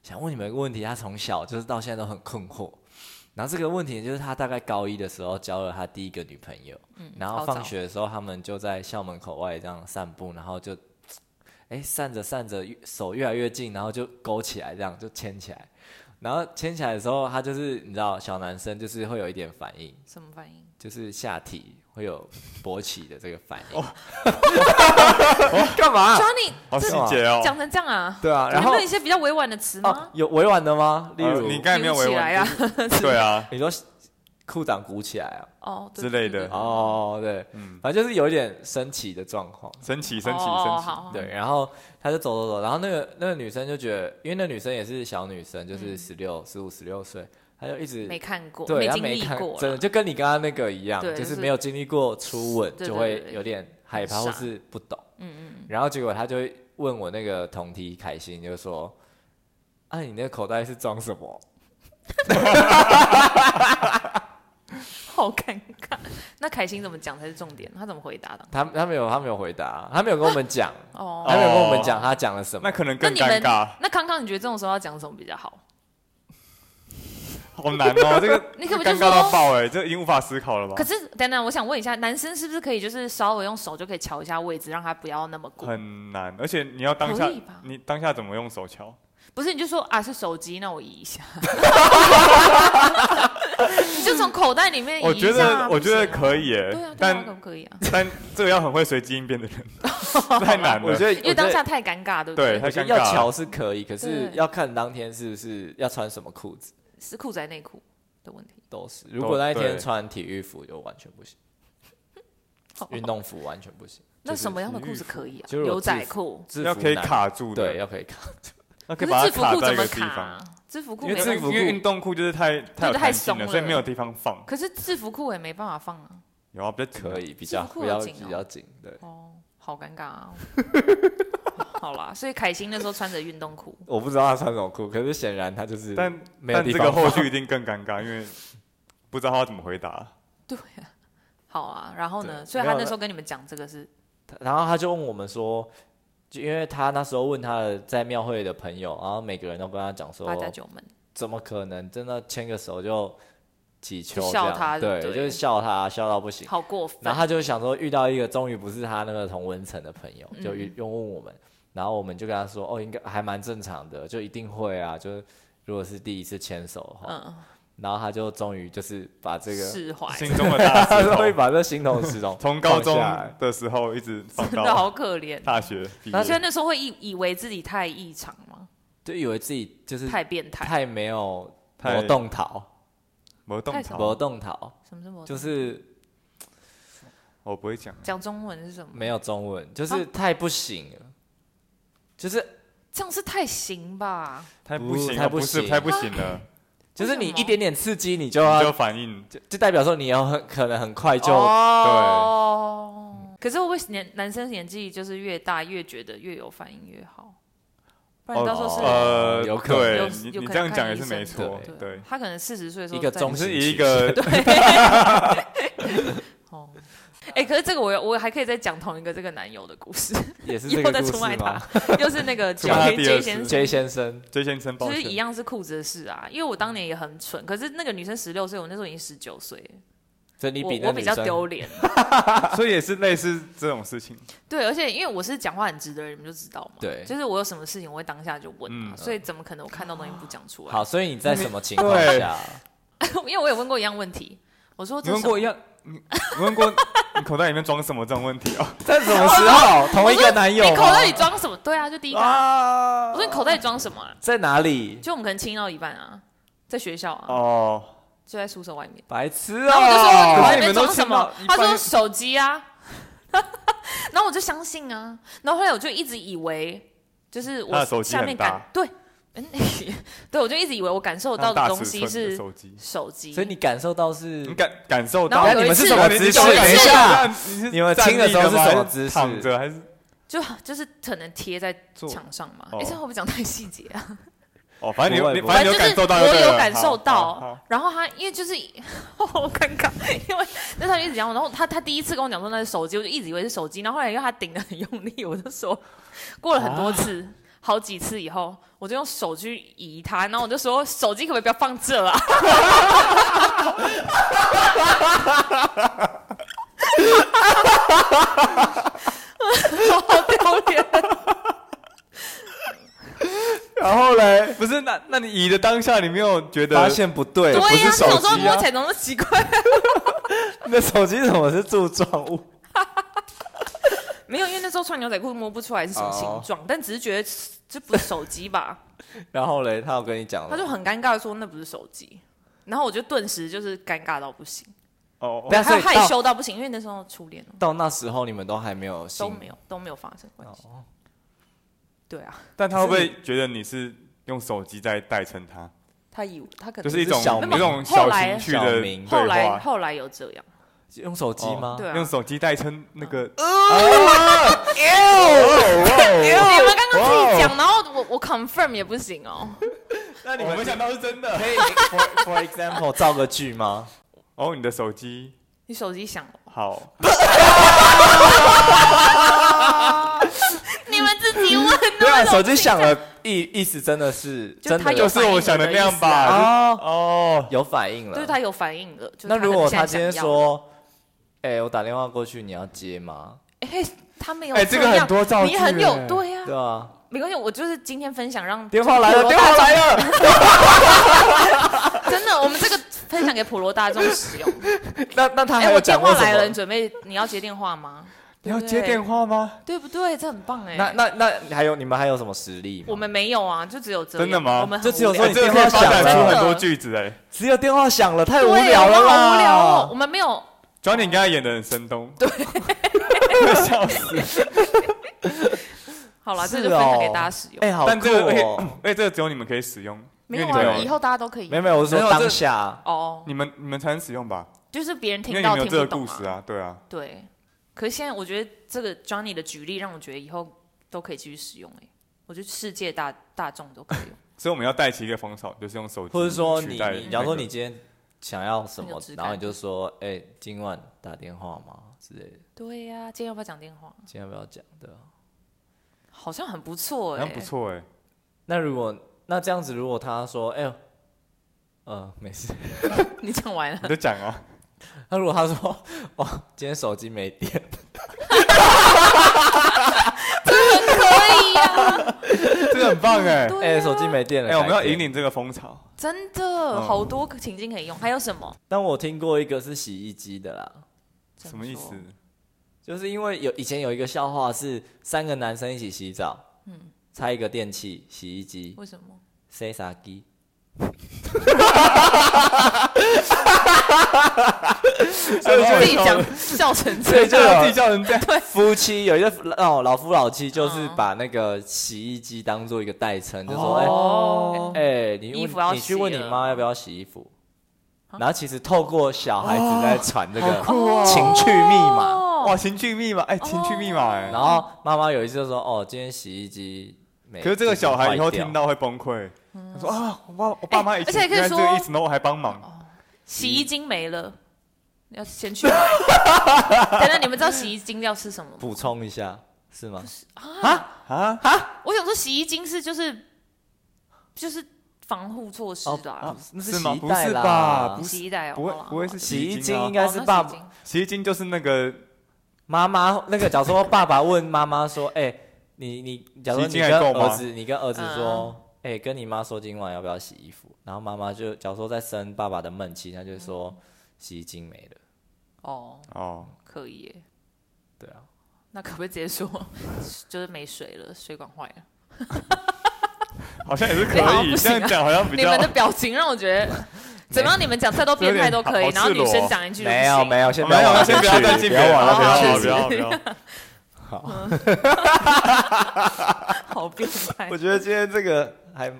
Speaker 3: 想问你们一个问题，他从小就是到现在都很
Speaker 1: [laughs]
Speaker 3: 困惑。然后这个问题就是他大概高一的时候交了他第一个女朋友，然后
Speaker 1: 嗯好早
Speaker 3: 放学的时候他们就在校门口外这样散步，然后就，哎散着散着越手越来越近，然后就勾起来，这样就牵起来。然后牵起来的时候，他就是你知道小男生就是会有一点反应，
Speaker 1: 什么反应？
Speaker 3: 就是下体会有勃起的这个反
Speaker 2: 哦
Speaker 3: 应。
Speaker 2: 干嘛？
Speaker 1: Johnny，
Speaker 2: 好细节哦。
Speaker 1: 讲成这样啊？
Speaker 3: 啊对啊，然
Speaker 1: 有
Speaker 3: 后
Speaker 1: 没有一些比较委婉的词
Speaker 3: 哦
Speaker 1: 吗？
Speaker 3: 有委婉的吗？例
Speaker 2: 呃
Speaker 3: 如、
Speaker 2: 你刚才没有
Speaker 1: 举不
Speaker 2: 委
Speaker 1: 起来
Speaker 2: 婉
Speaker 1: 啊，
Speaker 2: 对啊，
Speaker 3: 你说裤裆鼓起来啊？
Speaker 1: 哦对
Speaker 2: 之类
Speaker 1: 对
Speaker 2: 的
Speaker 1: 对对
Speaker 3: 哦，对，
Speaker 2: 嗯，
Speaker 3: 反正就是有一点升起的状况。
Speaker 2: 升起升起
Speaker 1: 哦
Speaker 2: 升起，
Speaker 1: 好，
Speaker 3: 对，然后他就走走走，然后那个那个女生就觉得，因为那女生也是小女生，
Speaker 1: 嗯
Speaker 3: 就是十六、十五、十六岁，她就一直
Speaker 1: 没看过，
Speaker 3: 对，她
Speaker 1: 经
Speaker 3: 没
Speaker 1: 历
Speaker 3: 看，
Speaker 1: 过
Speaker 3: 真
Speaker 1: 啦
Speaker 3: 的，就跟你刚刚那个一样，
Speaker 1: 对
Speaker 3: 就
Speaker 1: 就是
Speaker 3: 是没有经历过初吻，
Speaker 1: 对
Speaker 3: 就
Speaker 1: 对
Speaker 3: 会
Speaker 1: 对对
Speaker 3: 有点害怕
Speaker 1: 很
Speaker 3: 或
Speaker 1: 傻
Speaker 3: 是不懂。
Speaker 1: 嗯嗯
Speaker 3: 然后结果他就会问我那个同梯凯欣，就说：“啊，你那个口袋是装什么？”
Speaker 1: 嗯，好尴尬。那凯欣怎么讲才是重点？他怎么回答的？
Speaker 3: 他他没有他没有回答，他没有跟我们
Speaker 1: [laughs]
Speaker 3: 讲，
Speaker 1: 哦，
Speaker 3: 他没有跟我们讲他讲了什么
Speaker 2: 那。可能
Speaker 1: 那
Speaker 2: 更
Speaker 1: 你
Speaker 2: 尴
Speaker 1: 们
Speaker 2: 尬，
Speaker 1: 那康康，你觉得这种时候要讲什么比较好？
Speaker 2: 好难
Speaker 1: [laughs]
Speaker 2: 哦，这个
Speaker 1: 你可不就
Speaker 2: 尴
Speaker 1: 是
Speaker 2: 尬到
Speaker 1: 说？
Speaker 2: 爆哎，这已经无法思考了吧
Speaker 1: 可？是等等，我想问一下，男生是不是可以就是稍微用手就可以瞧一下位置，让他不要那么顾？
Speaker 2: 很难，而且你要当下
Speaker 1: 可以吧，
Speaker 2: 你当下怎么用手敲？
Speaker 1: 不是，你就说啊是手机，那我移一下。你就从口袋里面移
Speaker 2: 我
Speaker 1: 一下
Speaker 2: 觉得
Speaker 1: 啊
Speaker 2: 我觉得
Speaker 1: 不行啊
Speaker 2: 可以
Speaker 1: 对
Speaker 2: 哎
Speaker 1: 啊，，对啊，可
Speaker 2: 但
Speaker 1: 不可以啊？
Speaker 2: [laughs] 但这个要很会随机应变的
Speaker 3: [laughs]
Speaker 2: 人，太难
Speaker 3: 我
Speaker 2: 了
Speaker 3: 觉。得，
Speaker 1: 因为当下太尴尬，对不
Speaker 2: 对
Speaker 3: 我
Speaker 2: 太
Speaker 3: 觉
Speaker 2: 尴
Speaker 3: 得要
Speaker 2: 尬了，
Speaker 3: 瞧是可以，可是
Speaker 1: 对
Speaker 3: 要看当天是不是要穿什么裤子
Speaker 1: 是裤仔内裤的问题。
Speaker 3: 都是。如果那一
Speaker 2: 对
Speaker 3: 天穿体育服就完全不行，
Speaker 1: 好
Speaker 3: 运动服完全不行。
Speaker 1: 那
Speaker 3: 就是
Speaker 1: 什么样的裤
Speaker 2: 体育
Speaker 1: 子可以啊？
Speaker 3: 就是有
Speaker 1: 牛
Speaker 3: 制
Speaker 1: 仔
Speaker 3: 服
Speaker 1: 裤。
Speaker 3: 制服
Speaker 2: 要可以
Speaker 3: 男，
Speaker 2: 卡住的，
Speaker 3: 对，，要可以卡。
Speaker 2: 那可
Speaker 1: 可
Speaker 2: 以
Speaker 1: 是制
Speaker 2: 把它
Speaker 1: 服
Speaker 2: 卡
Speaker 1: 裤
Speaker 2: 在
Speaker 1: 怎
Speaker 2: 一
Speaker 1: 么
Speaker 2: 个地
Speaker 1: 卡
Speaker 2: 方
Speaker 1: 啊。？制服裤
Speaker 2: 因为
Speaker 1: 没
Speaker 2: 制
Speaker 1: 办法
Speaker 2: 服因为运动裤就是太太有
Speaker 1: 对太
Speaker 2: 弹性
Speaker 1: 松了
Speaker 2: 所以没有地方放。
Speaker 1: 可是制服裤也没办法放啊。
Speaker 2: 有啊，比较紧啊
Speaker 3: 可。以比较
Speaker 1: 制服裤
Speaker 3: 比较
Speaker 1: 有紧哦
Speaker 3: 比较紧，对。
Speaker 1: 哦，好尴尬
Speaker 2: [laughs]
Speaker 1: 啊！好啦，所以凯欣那时候穿着运动裤，
Speaker 3: 我不知道他穿什么裤，可是显然他就是
Speaker 2: 但
Speaker 3: 没有
Speaker 2: 但
Speaker 3: 地
Speaker 2: 这
Speaker 3: 方
Speaker 2: 个后
Speaker 3: 放
Speaker 2: 续一定更尴尬，因为不知道他要怎么回答。
Speaker 1: 对啊，好啊。然后呢？
Speaker 3: 对
Speaker 1: 所以
Speaker 3: 没
Speaker 1: 他
Speaker 3: 有
Speaker 1: 那时候跟你们讲这个是
Speaker 3: 然 [laughs] 后他就问我们说，就因为他那时候问他的在庙会的朋友，然后每个人都跟他讲说
Speaker 1: 八，加九门，
Speaker 3: 怎么可能真的牵个手就起球
Speaker 1: 就
Speaker 3: 这
Speaker 1: 笑
Speaker 3: 样？
Speaker 1: 他
Speaker 3: 对，
Speaker 1: 就对
Speaker 3: 就是笑他，笑到不行。
Speaker 1: 好过分。
Speaker 3: 然后他就想说，遇到一个终于不是他那个同温层的朋友，
Speaker 1: 嗯
Speaker 3: 就遇又问我们，然后我们就跟他说，哦，应该还蛮正常的，就一定会啊，就是如果是第一次牵手的话，
Speaker 1: 嗯，
Speaker 3: 然后他就终于就是把这个，
Speaker 1: 释怀， [laughs]
Speaker 2: 心中的大
Speaker 3: 他 [laughs]
Speaker 2: 石
Speaker 3: 就会
Speaker 2: 头，
Speaker 3: 把这形同石头
Speaker 2: 从高中
Speaker 3: 放下来
Speaker 2: 的时候一直放
Speaker 1: 真的
Speaker 2: 到
Speaker 1: [laughs] 好可怜。
Speaker 2: 大学毕
Speaker 3: 那
Speaker 1: 所以
Speaker 2: 业。
Speaker 1: 那时候会以以为自己太异常吗？
Speaker 3: [laughs] 就以为自己就是
Speaker 1: 太变态？
Speaker 3: 太没有
Speaker 2: 太
Speaker 3: 活动逃，
Speaker 2: 没动
Speaker 1: 太
Speaker 3: 活
Speaker 2: 潮，
Speaker 3: 动逃
Speaker 1: 什么什么？
Speaker 3: 就是
Speaker 2: 我不会讲。
Speaker 1: 讲中文是什么？
Speaker 3: 没有中文，
Speaker 1: 哦
Speaker 3: 就是太不行了，就是
Speaker 1: 这样是太行吧？
Speaker 2: 太不行
Speaker 3: 太
Speaker 2: 了，
Speaker 3: 不
Speaker 2: 不是
Speaker 3: 行
Speaker 2: 太不行
Speaker 1: [laughs]
Speaker 2: 了，
Speaker 3: 就是你
Speaker 1: 为什么
Speaker 3: 一点点刺激你就
Speaker 2: 你
Speaker 3: 要
Speaker 2: 就反应
Speaker 3: 就就代表说你要很可能很快就
Speaker 1: 哦，可是会不会年男生年纪就是越大越觉得越有反应越好？不然到时候
Speaker 3: 哦
Speaker 1: 是
Speaker 2: 呃，
Speaker 3: 有可能
Speaker 2: 对
Speaker 1: 有
Speaker 2: 你
Speaker 1: 有
Speaker 2: 你
Speaker 1: 可
Speaker 2: 这样
Speaker 1: 能
Speaker 2: 讲
Speaker 1: 看
Speaker 2: 也
Speaker 1: 医
Speaker 2: 是没
Speaker 1: 生
Speaker 2: 错
Speaker 3: 的，
Speaker 2: 对。
Speaker 1: 他可能四十岁的时候
Speaker 3: 一个
Speaker 1: 再
Speaker 3: 中
Speaker 2: 你
Speaker 3: 性
Speaker 2: 是以
Speaker 3: 取
Speaker 2: 一个
Speaker 1: 哦，哎、可是这个我有我还可以再讲同一个这个男友的故事，
Speaker 3: 也是
Speaker 1: 以
Speaker 3: 这
Speaker 1: 后
Speaker 3: 个
Speaker 1: 再
Speaker 3: 故
Speaker 1: 出卖
Speaker 3: 事
Speaker 1: 他
Speaker 3: 吗，
Speaker 1: 又是那个
Speaker 2: 出卖他
Speaker 1: J
Speaker 2: 第
Speaker 1: J
Speaker 2: 二次
Speaker 1: 先生。
Speaker 3: ？J 先生，
Speaker 2: J 先生抱
Speaker 1: 就是
Speaker 2: 歉，
Speaker 1: 一样是裤子的事啊，因为我当年也很蠢，可是那个女生十六岁，我那时候已经十九岁了，
Speaker 3: 所以你比
Speaker 1: 我
Speaker 3: 那
Speaker 1: 我比
Speaker 3: 女
Speaker 1: 较
Speaker 3: 生
Speaker 1: 丢脸，
Speaker 2: 所以也是类似这种事
Speaker 1: [laughs]
Speaker 2: 情。
Speaker 1: 对，而且因为我是讲话很直的人，你们就知道嘛，
Speaker 3: 对
Speaker 1: 就是我有什么事情我会当下就问啊，
Speaker 2: 嗯
Speaker 1: 所以怎么可能我看到东西不讲出来？
Speaker 3: 好，所以你在什么情况
Speaker 2: 对
Speaker 3: 下？
Speaker 1: [laughs] 因为我有问过一样问题，我说
Speaker 2: 你
Speaker 1: 这
Speaker 2: 问
Speaker 1: 是
Speaker 2: 过一样，你你问过你口袋里面装什么这种问题啊？
Speaker 3: 在什么时候？同一个男
Speaker 1: 哎你
Speaker 3: 友吗？
Speaker 1: 口袋里装什么？对啊，就第一个啊、
Speaker 3: 啊
Speaker 1: 我说你口袋里装什么啊？
Speaker 3: 在哪里？
Speaker 1: 就我们可能亲到一半啊，在学校啊，
Speaker 2: 哦，
Speaker 1: 就在宿舍外面。
Speaker 3: 白痴
Speaker 1: 然后我就说你口
Speaker 3: 哦！
Speaker 1: 袋里面装什么
Speaker 2: 啊可是你？
Speaker 1: 他
Speaker 2: 们都亲到一半
Speaker 1: 说手机啊。 [laughs] 然后我就相信啊，然后后来我就一直以为，就是
Speaker 2: 他
Speaker 1: 我
Speaker 2: 的手机
Speaker 1: 下面
Speaker 2: 很大
Speaker 1: 感对，嗯对，我就一直以为我感受到
Speaker 2: 那种大
Speaker 1: 的东
Speaker 2: 尺
Speaker 1: 西
Speaker 2: 寸的
Speaker 1: 是
Speaker 2: 手机，
Speaker 1: 手机，
Speaker 3: 所以你感受到是
Speaker 2: 你感感受
Speaker 1: 然
Speaker 2: 到
Speaker 1: 后
Speaker 3: 哎
Speaker 1: 有一
Speaker 3: 你们是
Speaker 1: 次
Speaker 3: 什么姿势？
Speaker 1: 有一次
Speaker 3: 等一下，，你们
Speaker 2: 站
Speaker 3: 亲的时候
Speaker 2: 立
Speaker 3: 是
Speaker 2: 吗
Speaker 3: 什么姿势
Speaker 2: 躺着还是
Speaker 1: 就就是可能贴在
Speaker 2: 坐？
Speaker 1: 墙上嘛。
Speaker 2: 哦
Speaker 1: 哎，这样会不会讲太细节啊？
Speaker 2: 哦，反正你有
Speaker 3: 不会
Speaker 2: 你
Speaker 3: 不会
Speaker 2: 反正你有
Speaker 1: 反正
Speaker 2: 感
Speaker 1: 就是
Speaker 2: 受到就
Speaker 1: 我
Speaker 2: 对了，
Speaker 1: 有感受
Speaker 2: 好好好
Speaker 1: 到，然后他因为就是 [laughs] 好尴尬，因为那时候一直讲我，然后他他第一次跟我讲说
Speaker 2: 啊
Speaker 1: 那是手机，我就一直以为是手机，然后后来因为他顶的很用力，我就说过了很多次，好几次以后，我就用手去移它，然后我就说手机可不可以不要放这
Speaker 2: [laughs]
Speaker 1: 啊？好丢脸！
Speaker 2: 哎然后嘞，
Speaker 3: 不是，那那你移的当下，你没有觉得
Speaker 2: 发现不对，不
Speaker 1: 对呀、
Speaker 2: 是
Speaker 1: 你
Speaker 2: 手
Speaker 1: 小时候
Speaker 2: 机
Speaker 1: 摸
Speaker 2: 啊
Speaker 1: 起，来怎么那么奇怪？
Speaker 2: 你的手机怎么是柱状物？
Speaker 1: 没有，因为那时候穿牛仔裤摸不出来是什么形状
Speaker 3: 哦
Speaker 1: 但只是觉得 [laughs] 这不是手机
Speaker 3: [laughs]
Speaker 1: 吧？
Speaker 3: 然后嘞，他有跟你讲
Speaker 1: 他
Speaker 3: 吗，
Speaker 1: 就很尴尬地说那不是手机，然后我就顿时就是尴尬到不行，
Speaker 2: 哦
Speaker 3: 但
Speaker 1: 还
Speaker 3: 是
Speaker 1: 有害羞到不行，因为那时候初恋哦
Speaker 3: 到那时候你们都还没有
Speaker 1: 都
Speaker 3: 心
Speaker 1: 没有都没有发生关系。
Speaker 3: 哦
Speaker 1: 对啊，
Speaker 2: 但他会不会觉得你是用手机在代称他？
Speaker 1: 他以为他可能
Speaker 2: 就是一
Speaker 3: 是
Speaker 2: 种
Speaker 3: 小
Speaker 2: 有
Speaker 3: 明
Speaker 2: 一种小情趣
Speaker 3: 后来
Speaker 2: 的
Speaker 3: 小明
Speaker 1: 后
Speaker 2: 对
Speaker 1: 来
Speaker 2: 话，
Speaker 1: 后来有这样，
Speaker 3: 用手机吗？
Speaker 1: 对啊。
Speaker 2: 哦用手机代称那个。
Speaker 3: 哎
Speaker 1: 哎你们刚刚自己
Speaker 3: 哦
Speaker 1: 讲，然后我我 confirm 也不行哦。
Speaker 2: 那你没想到是真的
Speaker 3: 可以 [laughs] for for example 造个句吗？
Speaker 2: 哦，你的手机
Speaker 1: 你手机响了，
Speaker 2: 好，
Speaker 1: 你们自己问的。
Speaker 3: [laughs] 对啊，手机响了，意意思真的是
Speaker 1: 就
Speaker 3: 真
Speaker 1: 他
Speaker 3: 的
Speaker 1: 有
Speaker 2: 就是我想的那样吧。
Speaker 3: 哦，
Speaker 2: 哦，
Speaker 3: 有反应了。
Speaker 1: 就是他有反应了。就是
Speaker 3: 那如果
Speaker 1: 他
Speaker 3: 他今天，说，哎、我打电话过去，你要接吗？
Speaker 1: [laughs] 哎，他没有，
Speaker 2: 哎这个很多造
Speaker 1: 你很
Speaker 2: 句
Speaker 1: 有
Speaker 2: 哎
Speaker 1: 对呀，
Speaker 3: 对啊，
Speaker 1: 没关系，我就是今天分享让
Speaker 3: 电话来了，电话来了。
Speaker 1: 真的，我们这个分享给普罗大众使 [laughs] 用。
Speaker 3: 那那他
Speaker 1: 哎、
Speaker 3: 还有
Speaker 1: 我电
Speaker 3: 讲过
Speaker 1: 话
Speaker 3: 什
Speaker 1: 来了，你
Speaker 3: 么？
Speaker 1: 准备你要接电话吗？
Speaker 2: 你要接电话吗？
Speaker 1: 对不对？这很棒哎、
Speaker 3: 那那那你还有你们还有什么实力吗？
Speaker 1: 我们没有啊，就只有这样
Speaker 2: 真的吗
Speaker 1: 我们很
Speaker 3: 就只有
Speaker 1: 无聊
Speaker 3: 说
Speaker 2: 哎
Speaker 3: 你
Speaker 2: 这个可
Speaker 3: 电话
Speaker 2: 以
Speaker 3: 响
Speaker 2: 发展
Speaker 1: 了
Speaker 2: 出很多
Speaker 1: 真的
Speaker 2: 句子哎。
Speaker 3: 只有电话响了，太
Speaker 1: 对
Speaker 3: 无聊了
Speaker 1: 我们好无
Speaker 3: 啦。
Speaker 1: 聊哦，我们没有。
Speaker 2: 主要你刚才演的很生动，
Speaker 1: 好了，
Speaker 3: 是
Speaker 1: 这就分享给
Speaker 3: 哦
Speaker 1: 大家使用。
Speaker 3: [laughs] 哎、好酷
Speaker 2: 但这个而且
Speaker 3: 哦！
Speaker 2: 而且这个只有你们可以使用，
Speaker 1: 没
Speaker 2: 因为
Speaker 1: 有
Speaker 2: 你们
Speaker 1: 啊，以后大家都可以
Speaker 3: 没。有没有，我是
Speaker 2: 没
Speaker 3: 说
Speaker 2: 有这
Speaker 3: 当下
Speaker 1: 哦，
Speaker 2: 你们你们才能使用吧？
Speaker 1: 就是别人
Speaker 2: 因
Speaker 1: 听
Speaker 2: 为你
Speaker 1: 到听
Speaker 2: 们有这个
Speaker 1: 不懂
Speaker 2: 故事。啊，对啊。
Speaker 1: 对，可是现在我觉得这个 Johnny 的举例让我觉得以后都可以继续使用哎、我觉得世界大大众都可以用。
Speaker 2: 所以我们要带起一个风潮，就是用手机
Speaker 3: 或者说
Speaker 2: 取
Speaker 3: 你
Speaker 2: 代
Speaker 3: 你，假如说你今天想要什
Speaker 1: 很有
Speaker 3: 么
Speaker 1: 质，感
Speaker 3: 然后你就说，哎、今晚打电话吗之类的，
Speaker 1: 对呀、今天要不要讲电话？
Speaker 3: 今天不要讲对啊。
Speaker 1: 好像很不错
Speaker 2: 好
Speaker 1: 哎、
Speaker 2: 像不错哎，
Speaker 3: 那如果那这样子，如果他说，哎、呦，呃，没事。 [laughs]
Speaker 1: 你讲完了
Speaker 2: 你，就讲啊，
Speaker 3: 那如果他说， [laughs] 哦，今天手机没电，
Speaker 1: 可以呀、
Speaker 2: 这个很棒
Speaker 3: [laughs]
Speaker 2: 哎，
Speaker 1: 对
Speaker 3: 哎、
Speaker 1: 啊
Speaker 3: 手机没电了，
Speaker 2: 哎，我们要
Speaker 3: 改电
Speaker 2: 引。领这个风潮，
Speaker 1: 真
Speaker 2: 嗯
Speaker 1: 的好多个情境可以用，还有什么？
Speaker 3: 但我听过一个是洗衣机的啦，
Speaker 2: 什么意
Speaker 1: 怎？
Speaker 2: 思
Speaker 1: 说
Speaker 3: 就是因为有以前有一个笑话是三个男生一起洗澡，嗯，猜一个电器，洗衣机，
Speaker 1: 为什么？
Speaker 3: 谁傻鸡？
Speaker 2: [laughs] 所以
Speaker 1: 自己
Speaker 2: 就
Speaker 1: 讲笑成这样，
Speaker 3: 所以就有
Speaker 2: 自己叫人这样，
Speaker 3: 夫妻有一个哦老夫老妻，就是把那个洗衣机当做一个代称，就说哎哎、哎
Speaker 1: 哦
Speaker 3: 你
Speaker 1: 衣
Speaker 3: 问
Speaker 1: 服要
Speaker 3: 你去
Speaker 1: 洗
Speaker 3: 问你
Speaker 1: 了啊
Speaker 3: 妈要不要洗衣服，然后其实透过小孩子在传这个
Speaker 2: 哦
Speaker 3: 情趣密码，哦
Speaker 2: 哇，情趣密码，哎，情趣密码哎
Speaker 3: 然，后妈妈有一次就说哦今天洗衣机没，
Speaker 2: 可是这个小孩以后
Speaker 3: 就是坏掉
Speaker 2: 听到会崩溃，他说啊，我爸我爸妈以
Speaker 1: 哎而且
Speaker 2: 前
Speaker 1: 可以
Speaker 2: 原来这个
Speaker 1: 说
Speaker 2: 意思，然后我还帮
Speaker 3: 啊
Speaker 2: 忙，
Speaker 1: 洗衣精没了，要先去买。
Speaker 2: [laughs]
Speaker 1: 等等，你们知道洗衣精要吃什么吗？
Speaker 3: 补充一下是吗？
Speaker 2: 啊，
Speaker 1: 我想说洗衣精是就是就是防护措施啦，
Speaker 3: 那
Speaker 2: 啊是吗
Speaker 3: 洗衣
Speaker 2: 不
Speaker 3: 袋
Speaker 2: 是
Speaker 3: 啦
Speaker 2: 吧哦不是
Speaker 1: 洗衣袋哦，
Speaker 2: 不会
Speaker 1: 好啦
Speaker 2: 不会是
Speaker 3: 洗衣
Speaker 2: 精
Speaker 3: 精
Speaker 2: 啊
Speaker 3: 应该是爸。
Speaker 1: 好啦哦那洗衣精
Speaker 2: 洗衣精就是那个
Speaker 3: 妈妈那个，假如说爸爸问妈妈说，哎、你你，假如说
Speaker 2: 洗衣精
Speaker 3: 你
Speaker 2: 还
Speaker 3: 跟
Speaker 2: 够吗
Speaker 3: 儿子，你跟儿子
Speaker 2: 嗯
Speaker 3: 说，哎、跟你妈说今晚要不要洗衣服，然后妈妈就假如说在生爸爸的闷气，她就说
Speaker 2: 嗯
Speaker 3: 洗衣精没了，
Speaker 1: 哦，
Speaker 2: 哦，
Speaker 1: 可以耶。
Speaker 3: 对啊，
Speaker 1: 那可不可以直接说， [laughs] 就是没水了，水管坏了？
Speaker 2: 好像也是可
Speaker 1: 哎好像
Speaker 2: 以，
Speaker 1: 不
Speaker 2: 这
Speaker 1: 行啊
Speaker 2: 样讲好像比
Speaker 1: 你
Speaker 2: 较
Speaker 1: 们的表情让我觉
Speaker 3: [laughs]
Speaker 1: 得，怎么样？你们讲再多变态都可以，
Speaker 2: 有点
Speaker 1: 然
Speaker 2: 好
Speaker 1: 后
Speaker 2: 赤裸
Speaker 1: 女
Speaker 2: 哦
Speaker 1: 生讲一句
Speaker 3: 没有
Speaker 1: 有，
Speaker 3: 没有，先不
Speaker 2: 没有，
Speaker 3: 要
Speaker 2: 先不
Speaker 3: [laughs]
Speaker 2: 要哦再进
Speaker 3: 不
Speaker 2: 别人
Speaker 3: 往
Speaker 2: 了，不
Speaker 3: 那边
Speaker 2: 要
Speaker 3: 去
Speaker 2: 不要不要。
Speaker 1: 好变态
Speaker 3: 我。觉得今天这个还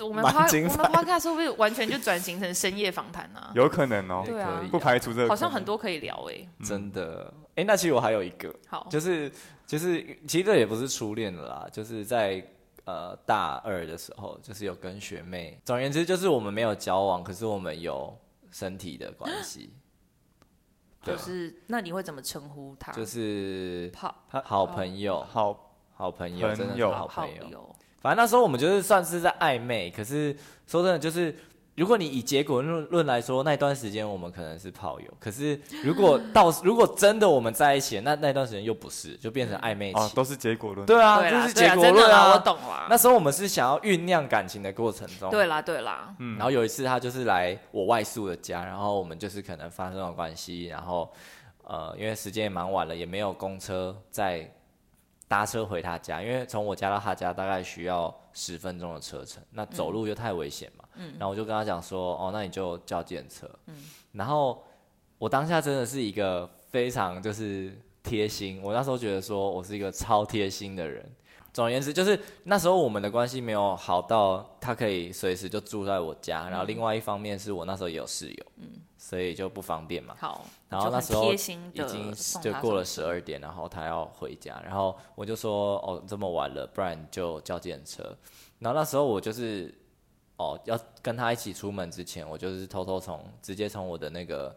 Speaker 1: 我们
Speaker 3: 蛮
Speaker 1: 花
Speaker 3: 精
Speaker 1: 我
Speaker 3: 彩
Speaker 1: 们花咖是不是完全就转型成深夜访谈啊？
Speaker 2: 有可能哦
Speaker 3: 也，
Speaker 1: 对啊
Speaker 3: 可以
Speaker 2: 不
Speaker 3: 啊、
Speaker 2: 排除这个可能。
Speaker 1: 好像很多可以聊哎、
Speaker 3: 真的，哎、那其实我还有一个，
Speaker 1: 好，
Speaker 3: 就是就是，其实这也不是初恋了啦，就是在呃大二的时候，就是有跟学妹。总而言之，就是我们没有交往，可是我们有身体的关 [gasps] 系，对
Speaker 1: 就是那你会怎么称呼他？
Speaker 3: 就是
Speaker 1: 好
Speaker 3: 啊好朋友，
Speaker 2: 好
Speaker 3: 好朋友，真的是
Speaker 2: 朋友
Speaker 3: 好
Speaker 1: 好
Speaker 3: 朋友。
Speaker 1: 友，
Speaker 3: 反正那时候我们就是算是在暧昧，可是说真的，就是如果你以结果论论来说，那段时间我们可能是炮友，可是如果到如果真的我们在一起了，那那段时间又不是，就变成暧昧期。
Speaker 2: 哦，都是结果论。
Speaker 3: 对啊，
Speaker 1: 对
Speaker 3: 就
Speaker 1: 啦，
Speaker 3: 是
Speaker 1: 对
Speaker 3: 结
Speaker 1: 啦
Speaker 3: 果
Speaker 1: 真的
Speaker 3: 论
Speaker 1: 啦，
Speaker 3: 啊。
Speaker 1: 我懂啦。
Speaker 3: 那时候我们是想要酝酿感情的过程中，
Speaker 1: 对啦，对啦，
Speaker 3: 然后有一次他就是来我外宿的家，然后我们就是可能发生了关系，然后呃，因为时间也蛮晚了，也没有公车再搭车回他家，因为从我家到他家大概需要十分钟的车程，那走路又太危险嘛。然后我就跟他讲说，哦，那你就叫电车。然后我当下真的是一个非常就是贴心，我那时候觉得说我是一个超贴心的人。总而言之，就是那时候我们的关系没有好到他可以随时就住在我家，然后另外一方面是我那时候也有室友，所以就不方便嘛。
Speaker 1: 好。
Speaker 3: 嗯然后那时
Speaker 1: 就很
Speaker 3: 候
Speaker 1: 贴心
Speaker 3: 已
Speaker 1: 的
Speaker 3: 经
Speaker 1: 送
Speaker 3: 就
Speaker 1: 他
Speaker 3: 过了
Speaker 1: 上
Speaker 3: 十二点，然后他要回家，然后我就说哦这么晚了，不然就叫计程车。然后那时候我就是哦要跟他一起出门之前，我就是偷偷从直接从我的那个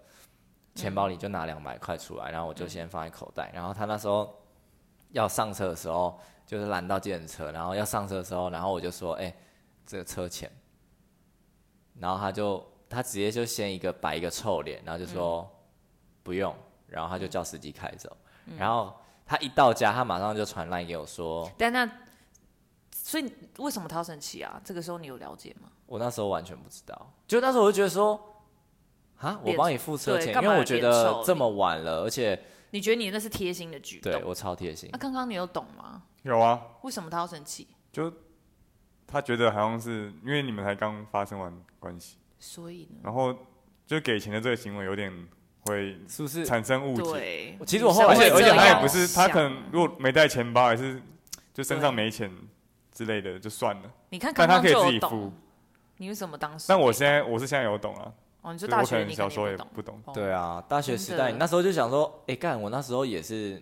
Speaker 3: 钱包里就拿两百块出来，然后我就先放在口
Speaker 1: 嗯
Speaker 3: 袋。然后他那时候要上车的时候，就是拦到计程车，然后要上车的时候，然后我就说哎、这个车钱，然后他就他直接就先一个摆一个臭脸，然后就说。
Speaker 1: 嗯
Speaker 3: 不用，然后他就叫司机开走。然后他一到家，他马上就传来给我说，
Speaker 1: 但那，所以为什么他要生气啊？这个时候你有了解吗？
Speaker 3: 我那时候完全不知道，就那时候我就觉得说，啊，我
Speaker 1: 脸
Speaker 3: 帮你付车
Speaker 1: 对
Speaker 3: 钱，
Speaker 1: 干
Speaker 3: 因
Speaker 1: 嘛
Speaker 3: 为我觉
Speaker 1: 脸
Speaker 3: 得
Speaker 1: 臭
Speaker 3: 这么晚了，而且
Speaker 1: 你觉得你那啊是贴心的举动？
Speaker 3: 对我超贴心
Speaker 1: 那、，刚刚你有懂吗？
Speaker 2: 有啊，
Speaker 1: 为什么他要生气？
Speaker 2: 就他觉得好像是因为你们才刚发生完关系，
Speaker 1: 所以呢？
Speaker 2: 然后就给钱的这个行为有点会
Speaker 3: 是不是？
Speaker 2: 产生误解。
Speaker 1: 对，
Speaker 3: 其实我后
Speaker 2: 而
Speaker 3: 来
Speaker 2: 且
Speaker 1: 女生
Speaker 2: 而
Speaker 1: 会
Speaker 2: 且
Speaker 1: 这
Speaker 2: 他也
Speaker 1: 样
Speaker 2: 不是，他
Speaker 1: 想
Speaker 2: 可能如果没带钱包，还是就身上
Speaker 1: 对
Speaker 2: 没钱之类的，就算了。
Speaker 1: 你看刚
Speaker 2: 但
Speaker 1: 刚
Speaker 2: 他可以
Speaker 1: 就
Speaker 2: 自
Speaker 1: 有
Speaker 2: 己
Speaker 1: 懂
Speaker 2: 付，，
Speaker 1: 你为什么当时？
Speaker 2: 但我现在我是现在有懂啊，
Speaker 1: 哦，你
Speaker 2: 就
Speaker 1: 说
Speaker 2: 是我
Speaker 1: 大
Speaker 2: 可
Speaker 1: 学
Speaker 2: 能
Speaker 1: 你
Speaker 2: 小
Speaker 1: 肯
Speaker 2: 时候
Speaker 1: 定
Speaker 2: 也
Speaker 1: 懂，
Speaker 2: 不懂。
Speaker 1: 哦
Speaker 3: 对啊，大学时
Speaker 1: 真的
Speaker 3: 代，你那时候就想说，哎，干，我那时候也是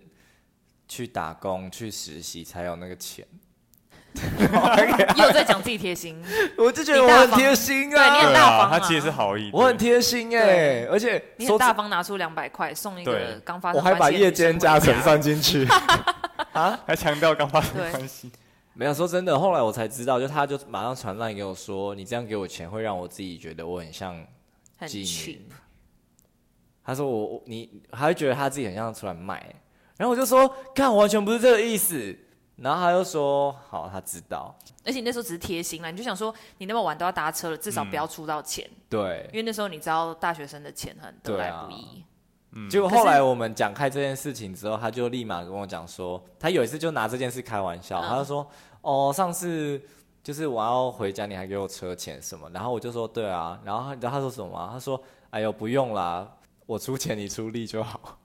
Speaker 3: 去打工、去实习才有那个钱， [laughs]
Speaker 1: 又在讲自己贴
Speaker 2: [laughs]
Speaker 1: 心，
Speaker 3: 我就觉得
Speaker 1: 你
Speaker 3: 我
Speaker 1: 大
Speaker 3: 很
Speaker 1: 方
Speaker 3: 贴心
Speaker 1: 对你
Speaker 3: 啊，
Speaker 1: 很
Speaker 2: 对
Speaker 1: 大方
Speaker 2: 啊，
Speaker 1: 啊
Speaker 2: 他其实是好意，
Speaker 3: 我很
Speaker 2: 对
Speaker 3: 贴心哎，
Speaker 1: 对
Speaker 3: 而且
Speaker 1: 你
Speaker 3: 说
Speaker 1: 很大
Speaker 3: 真，
Speaker 1: 方拿出两百块送一个
Speaker 2: 对
Speaker 1: 刚发
Speaker 3: 我
Speaker 1: 生
Speaker 3: 还
Speaker 1: 关
Speaker 3: 把
Speaker 1: 系的
Speaker 3: 夜
Speaker 1: 女生回
Speaker 3: 间加成
Speaker 1: 家
Speaker 3: 算进去啊。
Speaker 2: 还强调刚发生
Speaker 1: 对
Speaker 2: 关系，
Speaker 3: 没有说真的，后来我才知道，就他就马上传烂给我说，你这样给我钱会让我自己觉得我很像
Speaker 1: 很
Speaker 3: 妓
Speaker 1: cheap
Speaker 3: 女。他说我我你，他会觉得他自己很像出来卖，然后我就说，看完全不是这个意思。然后他就说，好，他知道，
Speaker 1: 而且你那时候只是贴心啊啦，你就想说你那么晚都要搭车了，至少不要出到钱，
Speaker 3: 对
Speaker 1: 因。为那时候你知道大学生的钱很得
Speaker 3: 嗯对
Speaker 1: 来
Speaker 3: 啊
Speaker 1: 不易。
Speaker 3: 结果后来我们讲开这件事情之后，他就立马跟我讲说，他有一次就拿这件事开玩笑，
Speaker 1: 嗯
Speaker 3: 他就说：“哦，上次就是我要回家，你还给我车钱什么。”然后我就说：“对啊。”然后他你知道他说什么吗？他说：“哎呦，不用啦，我出钱你出力就好。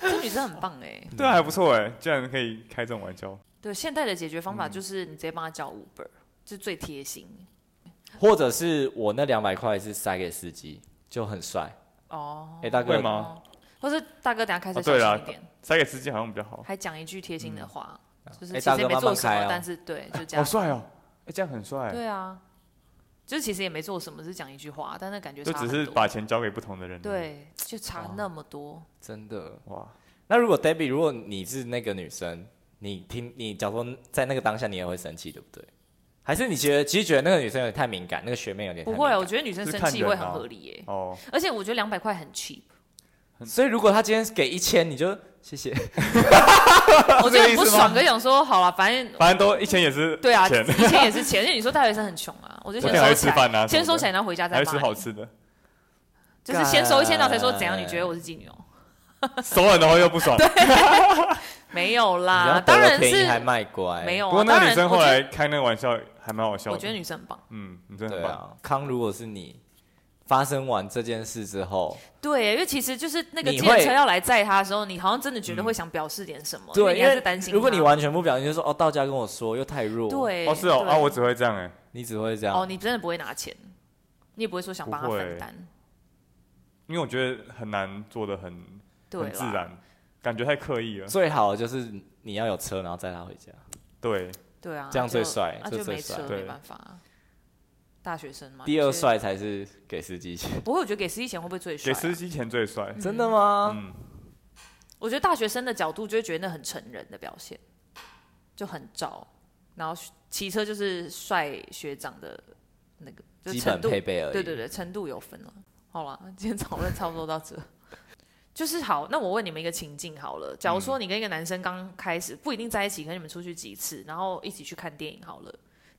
Speaker 1: 这女生很棒哎、
Speaker 2: 对啊，还不错哎，竟然可以开这种玩笑，
Speaker 1: 对，现代的解决方法就是你直接帮他叫 Uber，这、最贴心。”
Speaker 3: 或者是我那两百块是塞给司机，就很帅。
Speaker 1: 哦，
Speaker 3: 哎、大
Speaker 2: 会
Speaker 3: 哥，
Speaker 2: 吗？
Speaker 1: 或是大哥等下开车
Speaker 2: 哦对啦哦
Speaker 1: 小心一点，
Speaker 2: 塞给司机好像比较好。
Speaker 1: 还讲一句贴心的话，
Speaker 2: 嗯
Speaker 1: 就是
Speaker 3: 哎
Speaker 1: 其实也
Speaker 3: 大哥
Speaker 1: 没做
Speaker 3: 慢慢
Speaker 1: 什么，
Speaker 3: 开哦
Speaker 1: 但是对，就这
Speaker 2: 好
Speaker 1: 样。
Speaker 2: 帅哦！哎，这样很帅，
Speaker 1: 对啊，就是其实也没做什么，是讲一句话，但那感觉
Speaker 2: 就
Speaker 1: 差
Speaker 2: 只
Speaker 1: 很
Speaker 2: 是
Speaker 1: 多
Speaker 2: 把钱交给不同的人。，
Speaker 1: 对，就差那么多。
Speaker 3: 真的。
Speaker 2: 哇，
Speaker 3: 那如果 Debbie，如果你是那个女生，你听你假如说在那个当下你也会生气，对不对？还是你觉得其实觉得那个女生有点太敏感，那个学妹有点太
Speaker 1: 不
Speaker 3: 敏
Speaker 1: 会啊，
Speaker 3: 感
Speaker 1: 我觉得女生
Speaker 2: 是
Speaker 1: 生
Speaker 2: 看
Speaker 1: 气
Speaker 2: 人
Speaker 1: 会很
Speaker 2: 啊
Speaker 1: 合理耶、
Speaker 2: 哦，
Speaker 1: 而且我觉得两百块很
Speaker 2: [laughs]
Speaker 1: cheap，
Speaker 3: 所以如果她今天给一千，你就谢谢。
Speaker 1: 我觉得很不爽，就想说好了，反正
Speaker 2: 反正都一千也是
Speaker 1: 对啊，
Speaker 2: 钱
Speaker 1: 以前也是钱，因为你说大学生很穷啊，我就
Speaker 2: 我
Speaker 1: 先
Speaker 2: 想还
Speaker 1: 收
Speaker 2: 会
Speaker 1: 起
Speaker 2: 吃
Speaker 1: 来，
Speaker 2: 饭啊，
Speaker 1: 先收起
Speaker 2: 来，
Speaker 1: 来，然后回家再
Speaker 2: 还会吃
Speaker 1: 骂
Speaker 2: 好
Speaker 1: 你，
Speaker 2: 吃的，
Speaker 1: 就是先收一千，然后才说
Speaker 3: 干
Speaker 1: 怎样？你觉得我是妓女哦？
Speaker 2: 收了然后又不爽。
Speaker 1: 没有
Speaker 3: 你要
Speaker 1: 啦，
Speaker 3: 得
Speaker 1: 啊当
Speaker 3: 了
Speaker 1: 然
Speaker 3: 便宜还
Speaker 1: 是
Speaker 3: 卖乖，
Speaker 1: 没有啊。
Speaker 2: 不过那
Speaker 1: 当
Speaker 2: 个
Speaker 1: 然，
Speaker 2: 女生
Speaker 1: 我
Speaker 2: 后
Speaker 1: 觉得
Speaker 2: 来开那个玩笑还蛮好笑的。
Speaker 1: 我觉得女生很棒，
Speaker 2: 嗯，你真的
Speaker 3: 对
Speaker 2: 很棒。
Speaker 3: 啊。康如果是你发生完这件事之后，
Speaker 1: 对，因为其实就是那个
Speaker 3: 你
Speaker 1: 计
Speaker 3: 会
Speaker 1: 程车要来载她的时候，你好像真的觉得会想表示点什么，因为
Speaker 3: 对，
Speaker 1: 你
Speaker 3: 因
Speaker 1: 还
Speaker 3: 为
Speaker 1: 是担心她。
Speaker 3: 如果你完全不表现，你就说哦到家跟我说，又太弱，，
Speaker 1: 对
Speaker 2: 哦，是哦，
Speaker 1: 对
Speaker 2: 啊，我只会这样哎，
Speaker 3: 你只会这样。
Speaker 1: 哦，你真的不会拿钱，你也不会说想帮她
Speaker 2: 不会
Speaker 1: 分担，
Speaker 2: 因为我觉得很难做的很
Speaker 1: 对
Speaker 2: 很自
Speaker 1: 啦，
Speaker 2: 然，感觉太刻意 [laughs] 了。
Speaker 3: 最好就是你要有车，然后载她回家。
Speaker 2: 对，
Speaker 1: 对啊，
Speaker 3: 这样最
Speaker 1: 就
Speaker 3: 帅
Speaker 1: 啊
Speaker 3: 这
Speaker 1: 就
Speaker 3: 最
Speaker 1: 没
Speaker 3: 帅
Speaker 1: 车没
Speaker 2: 对
Speaker 1: 办法啊，大学生嘛。
Speaker 3: 第
Speaker 1: 有
Speaker 3: 二
Speaker 1: 些，
Speaker 3: 帅才是给司机钱，
Speaker 1: 不会，我觉得给司机钱会不会最帅
Speaker 2: 给
Speaker 1: 啊？
Speaker 2: 司机钱最帅。
Speaker 3: 真的吗？
Speaker 2: 嗯，
Speaker 1: 我觉得大学生的角度就会觉得那很成人的表现，就很照，然后骑车就是帅学长的那个，嗯就
Speaker 3: 基
Speaker 1: 程
Speaker 3: 本
Speaker 1: 度
Speaker 3: 配备而已。
Speaker 1: 对对对，程度有分了。好啦，今天讨论差不多到这。 [laughs] 就是好，那我问你们一个情境好了。假如
Speaker 2: 嗯
Speaker 1: 说你跟一个男生刚开始，不一定在一起，可能你们出去几次，然后一起去看电影好了，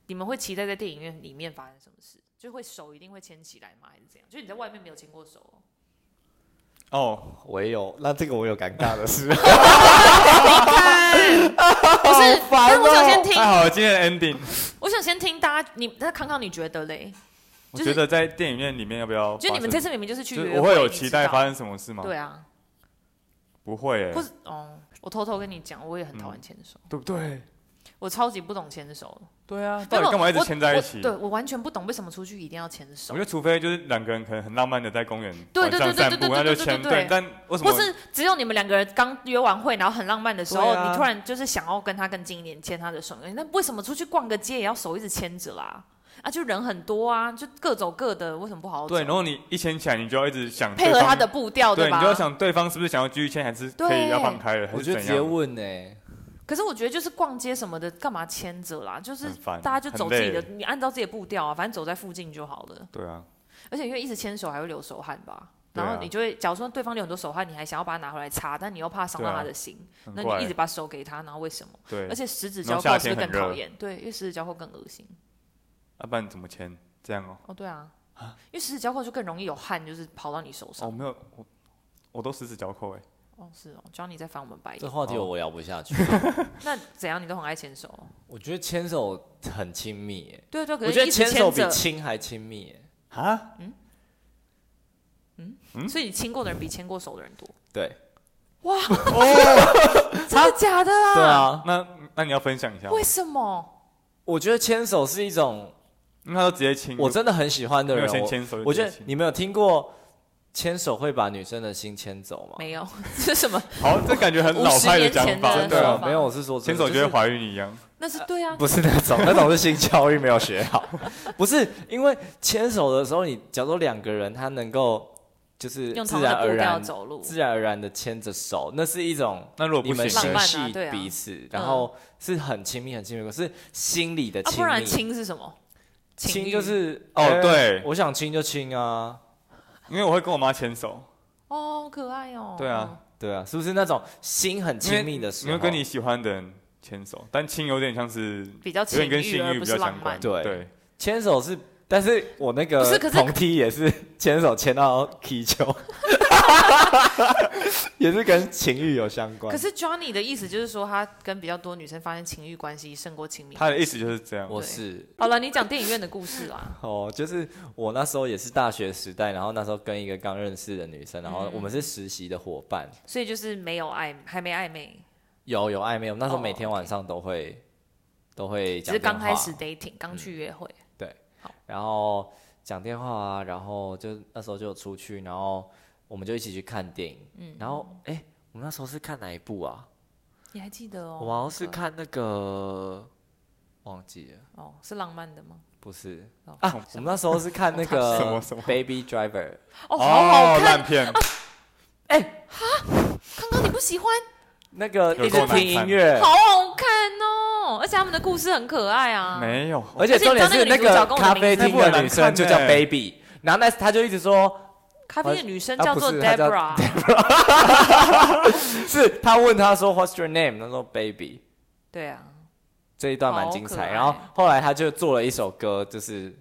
Speaker 1: 你们会期待在电影院里面发生什么事？就会手一定会牵起来吗？还是怎样？就你在外面没有牵过手、哦，
Speaker 2: 哦，
Speaker 3: 我也有，那这个我有尴尬
Speaker 1: [laughs]
Speaker 3: 的事，
Speaker 1: 不是？但我想先听
Speaker 2: 哦太，好了，今天的 ending，
Speaker 1: 我想先听大家，你那康康你觉得嘞？
Speaker 2: 我
Speaker 1: 就是
Speaker 2: 觉得在电影院里面要不要发生？
Speaker 1: 就你们这次明明就是去
Speaker 2: 就是
Speaker 1: 约
Speaker 2: 我会有
Speaker 1: 你
Speaker 2: 期
Speaker 1: 知
Speaker 2: 待
Speaker 1: 道
Speaker 2: 发生什么事吗？
Speaker 1: 对啊，
Speaker 2: 不会欸，
Speaker 1: 或是哦，我偷偷跟你讲，我也很讨
Speaker 2: 嗯
Speaker 1: 厌牵手，
Speaker 2: 对不对？
Speaker 1: 我超级不懂牵手。
Speaker 2: 对啊，
Speaker 1: 但
Speaker 2: 到底
Speaker 1: 我
Speaker 2: 干嘛一直
Speaker 1: 我
Speaker 2: 牵在
Speaker 1: 我
Speaker 2: 一起？
Speaker 1: 对我完全不懂为什么出去一定要牵
Speaker 2: 我
Speaker 1: 手
Speaker 2: 觉，得除非就是两个人可能很浪漫的在公园
Speaker 1: 对
Speaker 2: 晚
Speaker 1: 对
Speaker 2: 上
Speaker 1: 对
Speaker 2: 散
Speaker 1: 对
Speaker 2: 步，
Speaker 1: 对
Speaker 2: 那
Speaker 1: 对对
Speaker 2: 就牵
Speaker 1: 对
Speaker 2: 对，但为什么
Speaker 1: 或是只有你们两个人刚约完会，然后很浪漫的时候，
Speaker 2: 对啊
Speaker 1: 你突然就是想要跟他更近一点，牵他的手。那为什么出去逛个街也要手一直牵着啦？啊，就人很多啊，就各走各的，为什么不好好走？
Speaker 2: 对？然后你一牵起来，你就要一直想
Speaker 1: 配
Speaker 2: 对
Speaker 1: 合他
Speaker 2: 方
Speaker 1: 的步调，
Speaker 2: 对，
Speaker 1: 吧？
Speaker 2: 你就要想对方是不是想要继续牵，还是可以要放开了，还
Speaker 3: 我
Speaker 2: 是
Speaker 3: 就直
Speaker 2: 怎
Speaker 3: 接
Speaker 2: 样？
Speaker 3: 问欸呢、
Speaker 1: 可是我觉得就是逛街什么的，干嘛牵着啦？就是
Speaker 2: 很烦
Speaker 1: 大家就走
Speaker 2: 很
Speaker 1: 自
Speaker 2: 累
Speaker 1: 己的，你按照自己的步调啊，反正走在附近就好了。
Speaker 2: 对啊，
Speaker 1: 而且因为一直牵手还会流手汗吧，
Speaker 2: 对啊
Speaker 1: 然后你就会，假如说对方流很多手汗，你还想要把它拿回来擦，但你又怕伤到
Speaker 2: 对啊
Speaker 1: 他的心，
Speaker 2: 很
Speaker 1: 那你
Speaker 2: 怪
Speaker 1: 一直，把手给他，然后为什么？
Speaker 2: 对
Speaker 1: 而，且十指
Speaker 2: 然
Speaker 1: 交
Speaker 2: 后
Speaker 1: 扣
Speaker 2: 夏
Speaker 1: 是不是
Speaker 2: 天
Speaker 1: 更
Speaker 2: 很
Speaker 1: 讨
Speaker 2: 热
Speaker 1: 厌？对，因为十指交扣更恶心。
Speaker 2: 要啊不然怎么牵？这样哦，
Speaker 1: 哦，对啊，因为十指交扣就更容易有汗，就是跑到你手
Speaker 2: 哦，
Speaker 1: 上。
Speaker 2: 没有，我我都十指交扣哎，
Speaker 1: 哦，是哦，教你在翻我们白
Speaker 3: 这
Speaker 1: 眼。
Speaker 3: 话题
Speaker 2: 哦
Speaker 3: 我聊
Speaker 2: [laughs]
Speaker 3: 不下去。
Speaker 1: 那怎样？你都很爱牵手哦？
Speaker 3: 我觉得牵手很亲密、欸，
Speaker 1: 对对，啊可
Speaker 3: 我
Speaker 1: 是
Speaker 3: 觉得
Speaker 1: 一直
Speaker 3: 牵手比
Speaker 1: 着，
Speaker 3: 亲还亲密、欸。
Speaker 2: 啊，
Speaker 1: 所以你亲过的人比牵过手的人多，
Speaker 3: 对，
Speaker 1: 真的假的啊？
Speaker 3: 对，啊，
Speaker 2: 那那你要分享一下吗，
Speaker 1: 为什么？
Speaker 3: 我觉得牵手是一种
Speaker 2: 那他都直接亲，
Speaker 3: 我真的很喜欢的
Speaker 2: 嗯没有
Speaker 3: 人，
Speaker 2: 先
Speaker 3: 我
Speaker 2: 牵手就
Speaker 3: 我觉
Speaker 2: 直接
Speaker 3: 得
Speaker 2: 亲，
Speaker 3: 你们有听过牵手会把女生的心牵走吗？
Speaker 1: 没有， [laughs] 这是什么？
Speaker 2: 好，这感觉很老派
Speaker 1: 50
Speaker 2: 讲
Speaker 1: 年前
Speaker 2: 法，
Speaker 1: 的
Speaker 2: 对
Speaker 1: 说
Speaker 2: 啊
Speaker 1: 法，
Speaker 3: 没有，我是说
Speaker 2: 牵
Speaker 3: 真的
Speaker 2: 手就
Speaker 3: 就
Speaker 2: 会
Speaker 3: 是
Speaker 2: 怀孕一样，
Speaker 1: 那是对啊，
Speaker 3: 不是 [laughs] 那种，那种是性教育没有学好，不是因为牵手的时候，你假如说两个人他能够就是
Speaker 1: 用
Speaker 3: 自
Speaker 1: 同
Speaker 3: 然
Speaker 1: 样的
Speaker 3: 而
Speaker 1: 步调
Speaker 3: 然、
Speaker 1: 走路，
Speaker 3: 自然而然的牵着手，那是一种
Speaker 2: 那如果
Speaker 3: 你
Speaker 2: 不
Speaker 3: 们
Speaker 2: 行
Speaker 1: 浪
Speaker 3: 心
Speaker 2: 呢，
Speaker 1: 漫啊
Speaker 3: 系
Speaker 1: 对啊
Speaker 3: 彼此，然后是很亲密、很亲密，可是心里的
Speaker 1: 啊，不
Speaker 3: 亲
Speaker 1: 然
Speaker 3: 密，
Speaker 1: 亲是什么？情
Speaker 3: 亲
Speaker 1: 欲
Speaker 3: 就是哎
Speaker 2: 哦，对，
Speaker 3: 我想亲就亲啊，
Speaker 2: 因为我会跟我妈牵手，
Speaker 1: 哦，好可爱哦。
Speaker 2: 对啊
Speaker 3: 对啊，是不是那种心很亲密的时
Speaker 2: 你
Speaker 3: 候？
Speaker 2: 会跟你喜欢的人牵手，但亲有点像是
Speaker 1: 嗯，比较
Speaker 2: 有
Speaker 1: 情
Speaker 2: 点跟
Speaker 1: 欲
Speaker 2: 性
Speaker 1: 而
Speaker 2: 欲
Speaker 1: 不
Speaker 2: 比
Speaker 1: 是
Speaker 2: 较
Speaker 1: 浪
Speaker 2: 相
Speaker 1: 漫
Speaker 2: 关，。
Speaker 3: 对
Speaker 2: 对。
Speaker 3: 牵手是，但是我那个
Speaker 1: 不是可是
Speaker 3: 同梯
Speaker 1: [laughs]
Speaker 3: 也是牵手牵到踢球， [laughs] 也是跟情欲有相关。
Speaker 1: 可是 Johnny 的意思就是说，他跟比较多女生发生情欲关系胜过亲密。
Speaker 2: 他的意思就是这样。
Speaker 3: 我是
Speaker 1: 好了，你讲电影院的故事啦。
Speaker 3: 哦，就是我那时候也是大学时代，然后那时候跟一个刚认识的女生，
Speaker 1: 嗯
Speaker 3: 然后我们是实习的伙伴，
Speaker 1: 所以就是没有暧，还没暧昧，
Speaker 3: 有有暧昧，我们那时候
Speaker 1: 哦
Speaker 3: 每天晚上都会、都会
Speaker 1: 只
Speaker 3: 讲
Speaker 1: 是
Speaker 3: 电
Speaker 1: 刚
Speaker 3: 话，
Speaker 1: 开始 dating，刚去约会。
Speaker 3: 然后讲电话啊，然后就那时候就出去，然后我们就一起去看电影，然后哎、我们那时候是看哪一部啊？
Speaker 1: 你还记得哦？
Speaker 3: 我好像是
Speaker 1: 那个
Speaker 3: 看那个，忘记了，
Speaker 1: 哦，是浪漫的吗？
Speaker 3: 不是
Speaker 1: 哦
Speaker 3: 啊，我们那时候是看那个
Speaker 2: 什么什么
Speaker 3: Baby Driver，
Speaker 1: 哦，好好看。
Speaker 2: 烂片，
Speaker 1: 康康你不喜欢，
Speaker 3: 那个
Speaker 2: 有
Speaker 3: 一直
Speaker 2: 够难
Speaker 3: 听音
Speaker 2: 看
Speaker 3: 乐，
Speaker 1: 好好看哦。而且他们的故事很可爱啊。
Speaker 2: 没有，
Speaker 3: 而且重点是那个咖啡厅的女生就叫
Speaker 2: 那部很难看欸
Speaker 3: Baby，然后那她就一直说，
Speaker 1: 咖啡店女生
Speaker 3: 啊
Speaker 1: 叫做
Speaker 3: 不是她叫
Speaker 1: Debra，
Speaker 3: 是她问她说 What's your name？她说 Baby，
Speaker 1: 对啊，
Speaker 3: 这一段蛮
Speaker 1: 好
Speaker 3: 精
Speaker 1: 可
Speaker 3: 彩。
Speaker 1: 爱
Speaker 3: 然后后来她就做了一首歌，就是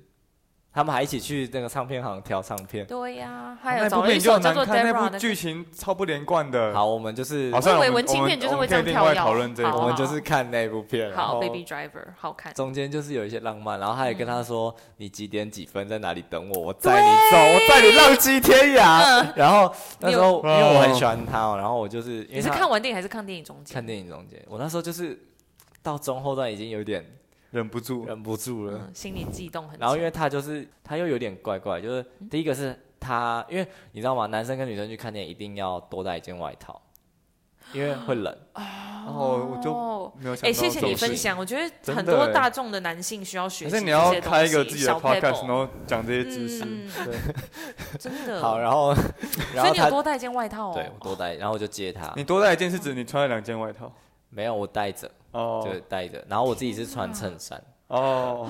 Speaker 3: 他们还一起去那个唱片行挑唱片。
Speaker 1: 对呀，还有
Speaker 2: 那
Speaker 1: 找
Speaker 2: 部
Speaker 1: 了
Speaker 2: 电
Speaker 1: 一
Speaker 2: 影就
Speaker 1: 首
Speaker 2: 很
Speaker 1: 叫
Speaker 2: 难
Speaker 1: 做
Speaker 2: 看，那
Speaker 1: Debra
Speaker 2: 部
Speaker 1: 的
Speaker 2: 剧情超不连贯的。
Speaker 3: 好，我们就是
Speaker 2: 好像
Speaker 1: 我以为
Speaker 2: 们
Speaker 1: 文青片就是
Speaker 2: 我
Speaker 1: 会
Speaker 2: 们
Speaker 1: 这样
Speaker 2: 可以另外
Speaker 1: 跳跃
Speaker 2: 讨论这一
Speaker 1: 好
Speaker 3: 我
Speaker 2: 部
Speaker 3: 们就是看那部片，然
Speaker 1: 好
Speaker 3: 后
Speaker 1: ，Baby Driver 好看。
Speaker 3: 中间就是有一些浪漫，然后他也跟他说、你几点几分在哪里等我，我载你走，我载你浪迹天涯。
Speaker 1: 嗯
Speaker 3: 然后那时候因
Speaker 2: 你有
Speaker 3: 为我很喜欢他、哦，然后我就是因
Speaker 1: 你
Speaker 3: 为
Speaker 1: 是
Speaker 3: 他
Speaker 1: 看完电影还是看电影中间？
Speaker 3: 看电影中间，我那时候就是到中后段已经有点
Speaker 2: 忍不住，
Speaker 3: 忍不住了。
Speaker 1: 嗯，心里悸动很强。
Speaker 3: 然后因为他就是他又有点怪怪，就是
Speaker 1: 嗯
Speaker 3: 第一个是他，因为你知道吗？男生跟女生去看电影一定要多带一件外套，因为会冷。
Speaker 2: 然后我就
Speaker 1: 哦，
Speaker 2: 没有想到。
Speaker 1: 哎，谢谢你
Speaker 3: 这种事
Speaker 1: 分享，我觉得
Speaker 2: 真的
Speaker 1: 很多
Speaker 2: 欸
Speaker 1: 大众的男性需要学
Speaker 2: 可
Speaker 1: 习这
Speaker 2: 是
Speaker 1: 些
Speaker 2: 你
Speaker 1: 东
Speaker 2: 要
Speaker 1: 西。
Speaker 2: 开一个自己的
Speaker 1: 小
Speaker 2: podcast，
Speaker 1: pebble
Speaker 2: 然后讲这些知识。
Speaker 1: 嗯嗯
Speaker 2: 对，
Speaker 1: 真的。
Speaker 3: 好，然后
Speaker 1: 嗯 [laughs]
Speaker 3: 然
Speaker 1: 所以
Speaker 3: 后
Speaker 1: 你有
Speaker 3: 他
Speaker 1: 多带一件外套哦。
Speaker 3: 对我多带，然后我就接他
Speaker 2: 你，多带一件是指你穿了两件外套。
Speaker 3: 没有我带着，
Speaker 2: 哦
Speaker 3: 就带着，然后我自己是穿衬衫，
Speaker 2: 哦，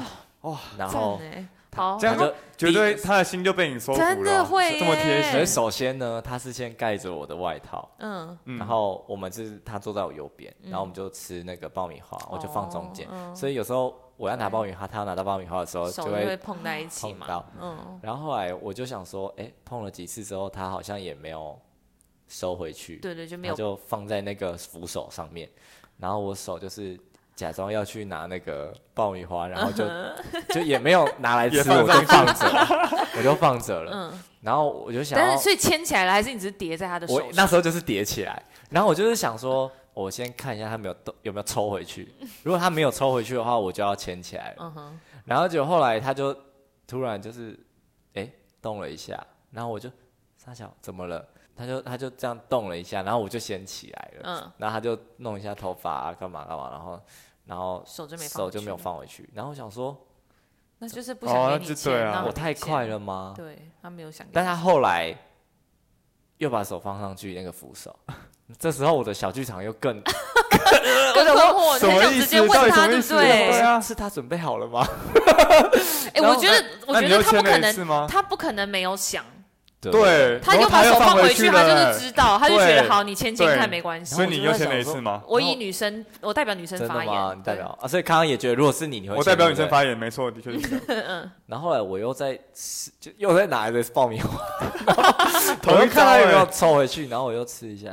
Speaker 3: 然
Speaker 1: 赞
Speaker 3: 后
Speaker 1: 欸好，
Speaker 2: 这样
Speaker 3: 他
Speaker 2: 就
Speaker 3: 就
Speaker 2: 绝对他的心就被你收服了。
Speaker 1: 真的会耶
Speaker 2: 这么贴
Speaker 3: 所以
Speaker 2: 心。
Speaker 3: 首先呢，他是先盖着我的外套，
Speaker 1: 嗯，
Speaker 2: 嗯
Speaker 3: 然后我们是他坐在我右边，然后我们就吃那个爆米花，我就放中间
Speaker 1: 哦，嗯
Speaker 3: 所以有时候我要拿爆米花，他要拿到爆米花的时候就
Speaker 1: 手就会
Speaker 3: 会。
Speaker 1: 碰在一起
Speaker 3: 碰到
Speaker 1: 嘛。嗯，
Speaker 3: 然后后来我就想说，哎，碰了几次之后，他好像也没有收回去，
Speaker 1: 对对，就没
Speaker 3: 他
Speaker 1: 有
Speaker 3: 就放在那个扶手上面，然后我手就是假装要去拿那个爆米花，然
Speaker 1: [laughs]
Speaker 3: 后就就也没有拿来吃，
Speaker 2: 也
Speaker 3: 我
Speaker 2: 放
Speaker 3: 就放着了，
Speaker 2: [laughs]
Speaker 3: 我就放着了。然后我就想
Speaker 1: 嗯但
Speaker 3: 要
Speaker 1: 是，所以牵起来了，还是你只是叠在他的手
Speaker 3: 我
Speaker 1: 上？
Speaker 3: 那时候就是叠起来，然后我就是想说，我先看一下他没有动有没有抽回去，如果他没有抽回去的话，我就要牵起来了。
Speaker 1: 嗯哼，
Speaker 3: 然后就后来他就突然就是哎、诶动了一下，然后我就傻小怎么了？他就他就这样动了一下，然后我就先起来了，
Speaker 1: 嗯
Speaker 3: 然后他就弄一下头发啊，干嘛干嘛，然后然后
Speaker 1: 手就没放，
Speaker 3: 手就没有，放回去，然后我想说
Speaker 1: 那就是不
Speaker 2: 哦
Speaker 1: 想
Speaker 2: 那
Speaker 1: 给
Speaker 2: 就
Speaker 1: 你牵
Speaker 2: 对啊
Speaker 1: 然后
Speaker 3: 我
Speaker 1: 你
Speaker 3: 太
Speaker 1: 牵
Speaker 3: 快了吗？
Speaker 1: 嗯对他没有想给你，
Speaker 3: 但他后来又把手放上去那个扶手，这时候我的小剧场
Speaker 1: [laughs]
Speaker 3: 又更啊
Speaker 1: 更困惑，你
Speaker 2: 什
Speaker 1: 很
Speaker 2: 么
Speaker 1: 想
Speaker 2: 意
Speaker 1: 直
Speaker 2: 思
Speaker 1: 接
Speaker 2: 到
Speaker 1: 问
Speaker 2: 底什
Speaker 1: 他，
Speaker 2: 么
Speaker 1: 对
Speaker 2: 意
Speaker 1: 不
Speaker 2: 思对
Speaker 1: 对？
Speaker 2: 啊
Speaker 3: 是他准备好了吗？
Speaker 1: 哎，我觉得，我
Speaker 2: 那
Speaker 1: 觉
Speaker 2: 你
Speaker 1: 得
Speaker 2: 又
Speaker 1: 他不
Speaker 2: 签
Speaker 1: 可
Speaker 2: 了一次
Speaker 1: 能，
Speaker 2: 吗？
Speaker 1: 他不可能没有想，
Speaker 2: 对，
Speaker 1: 他
Speaker 2: 然
Speaker 1: 又
Speaker 2: 后
Speaker 1: 把手
Speaker 2: 放
Speaker 1: 放回
Speaker 2: 去
Speaker 1: 去，他
Speaker 2: 了
Speaker 1: 就是知道，他就觉得
Speaker 2: 对
Speaker 1: 好，你牵牵看
Speaker 2: 对
Speaker 1: 没关系
Speaker 2: 所。以你又签了一次吗？
Speaker 1: 我以女生，我代表女生
Speaker 3: 真
Speaker 1: 发
Speaker 3: 的吗？
Speaker 1: 言，
Speaker 3: 你代
Speaker 1: 对
Speaker 3: 表啊，所以康康也觉得，如果是你，你会
Speaker 2: 我代表
Speaker 3: 签
Speaker 2: 女生。
Speaker 3: 对不对
Speaker 2: 发言，没错，的确是
Speaker 1: [laughs]
Speaker 2: 这样。
Speaker 3: 然后后来我又在吃，就又在拿一个 [laughs] 爆米
Speaker 2: [laughs]
Speaker 3: 花，
Speaker 2: 同
Speaker 3: 我
Speaker 2: 一
Speaker 3: 又看他
Speaker 2: 招
Speaker 3: 有没有
Speaker 2: 欸
Speaker 3: 抽回去，然后我又吃一下，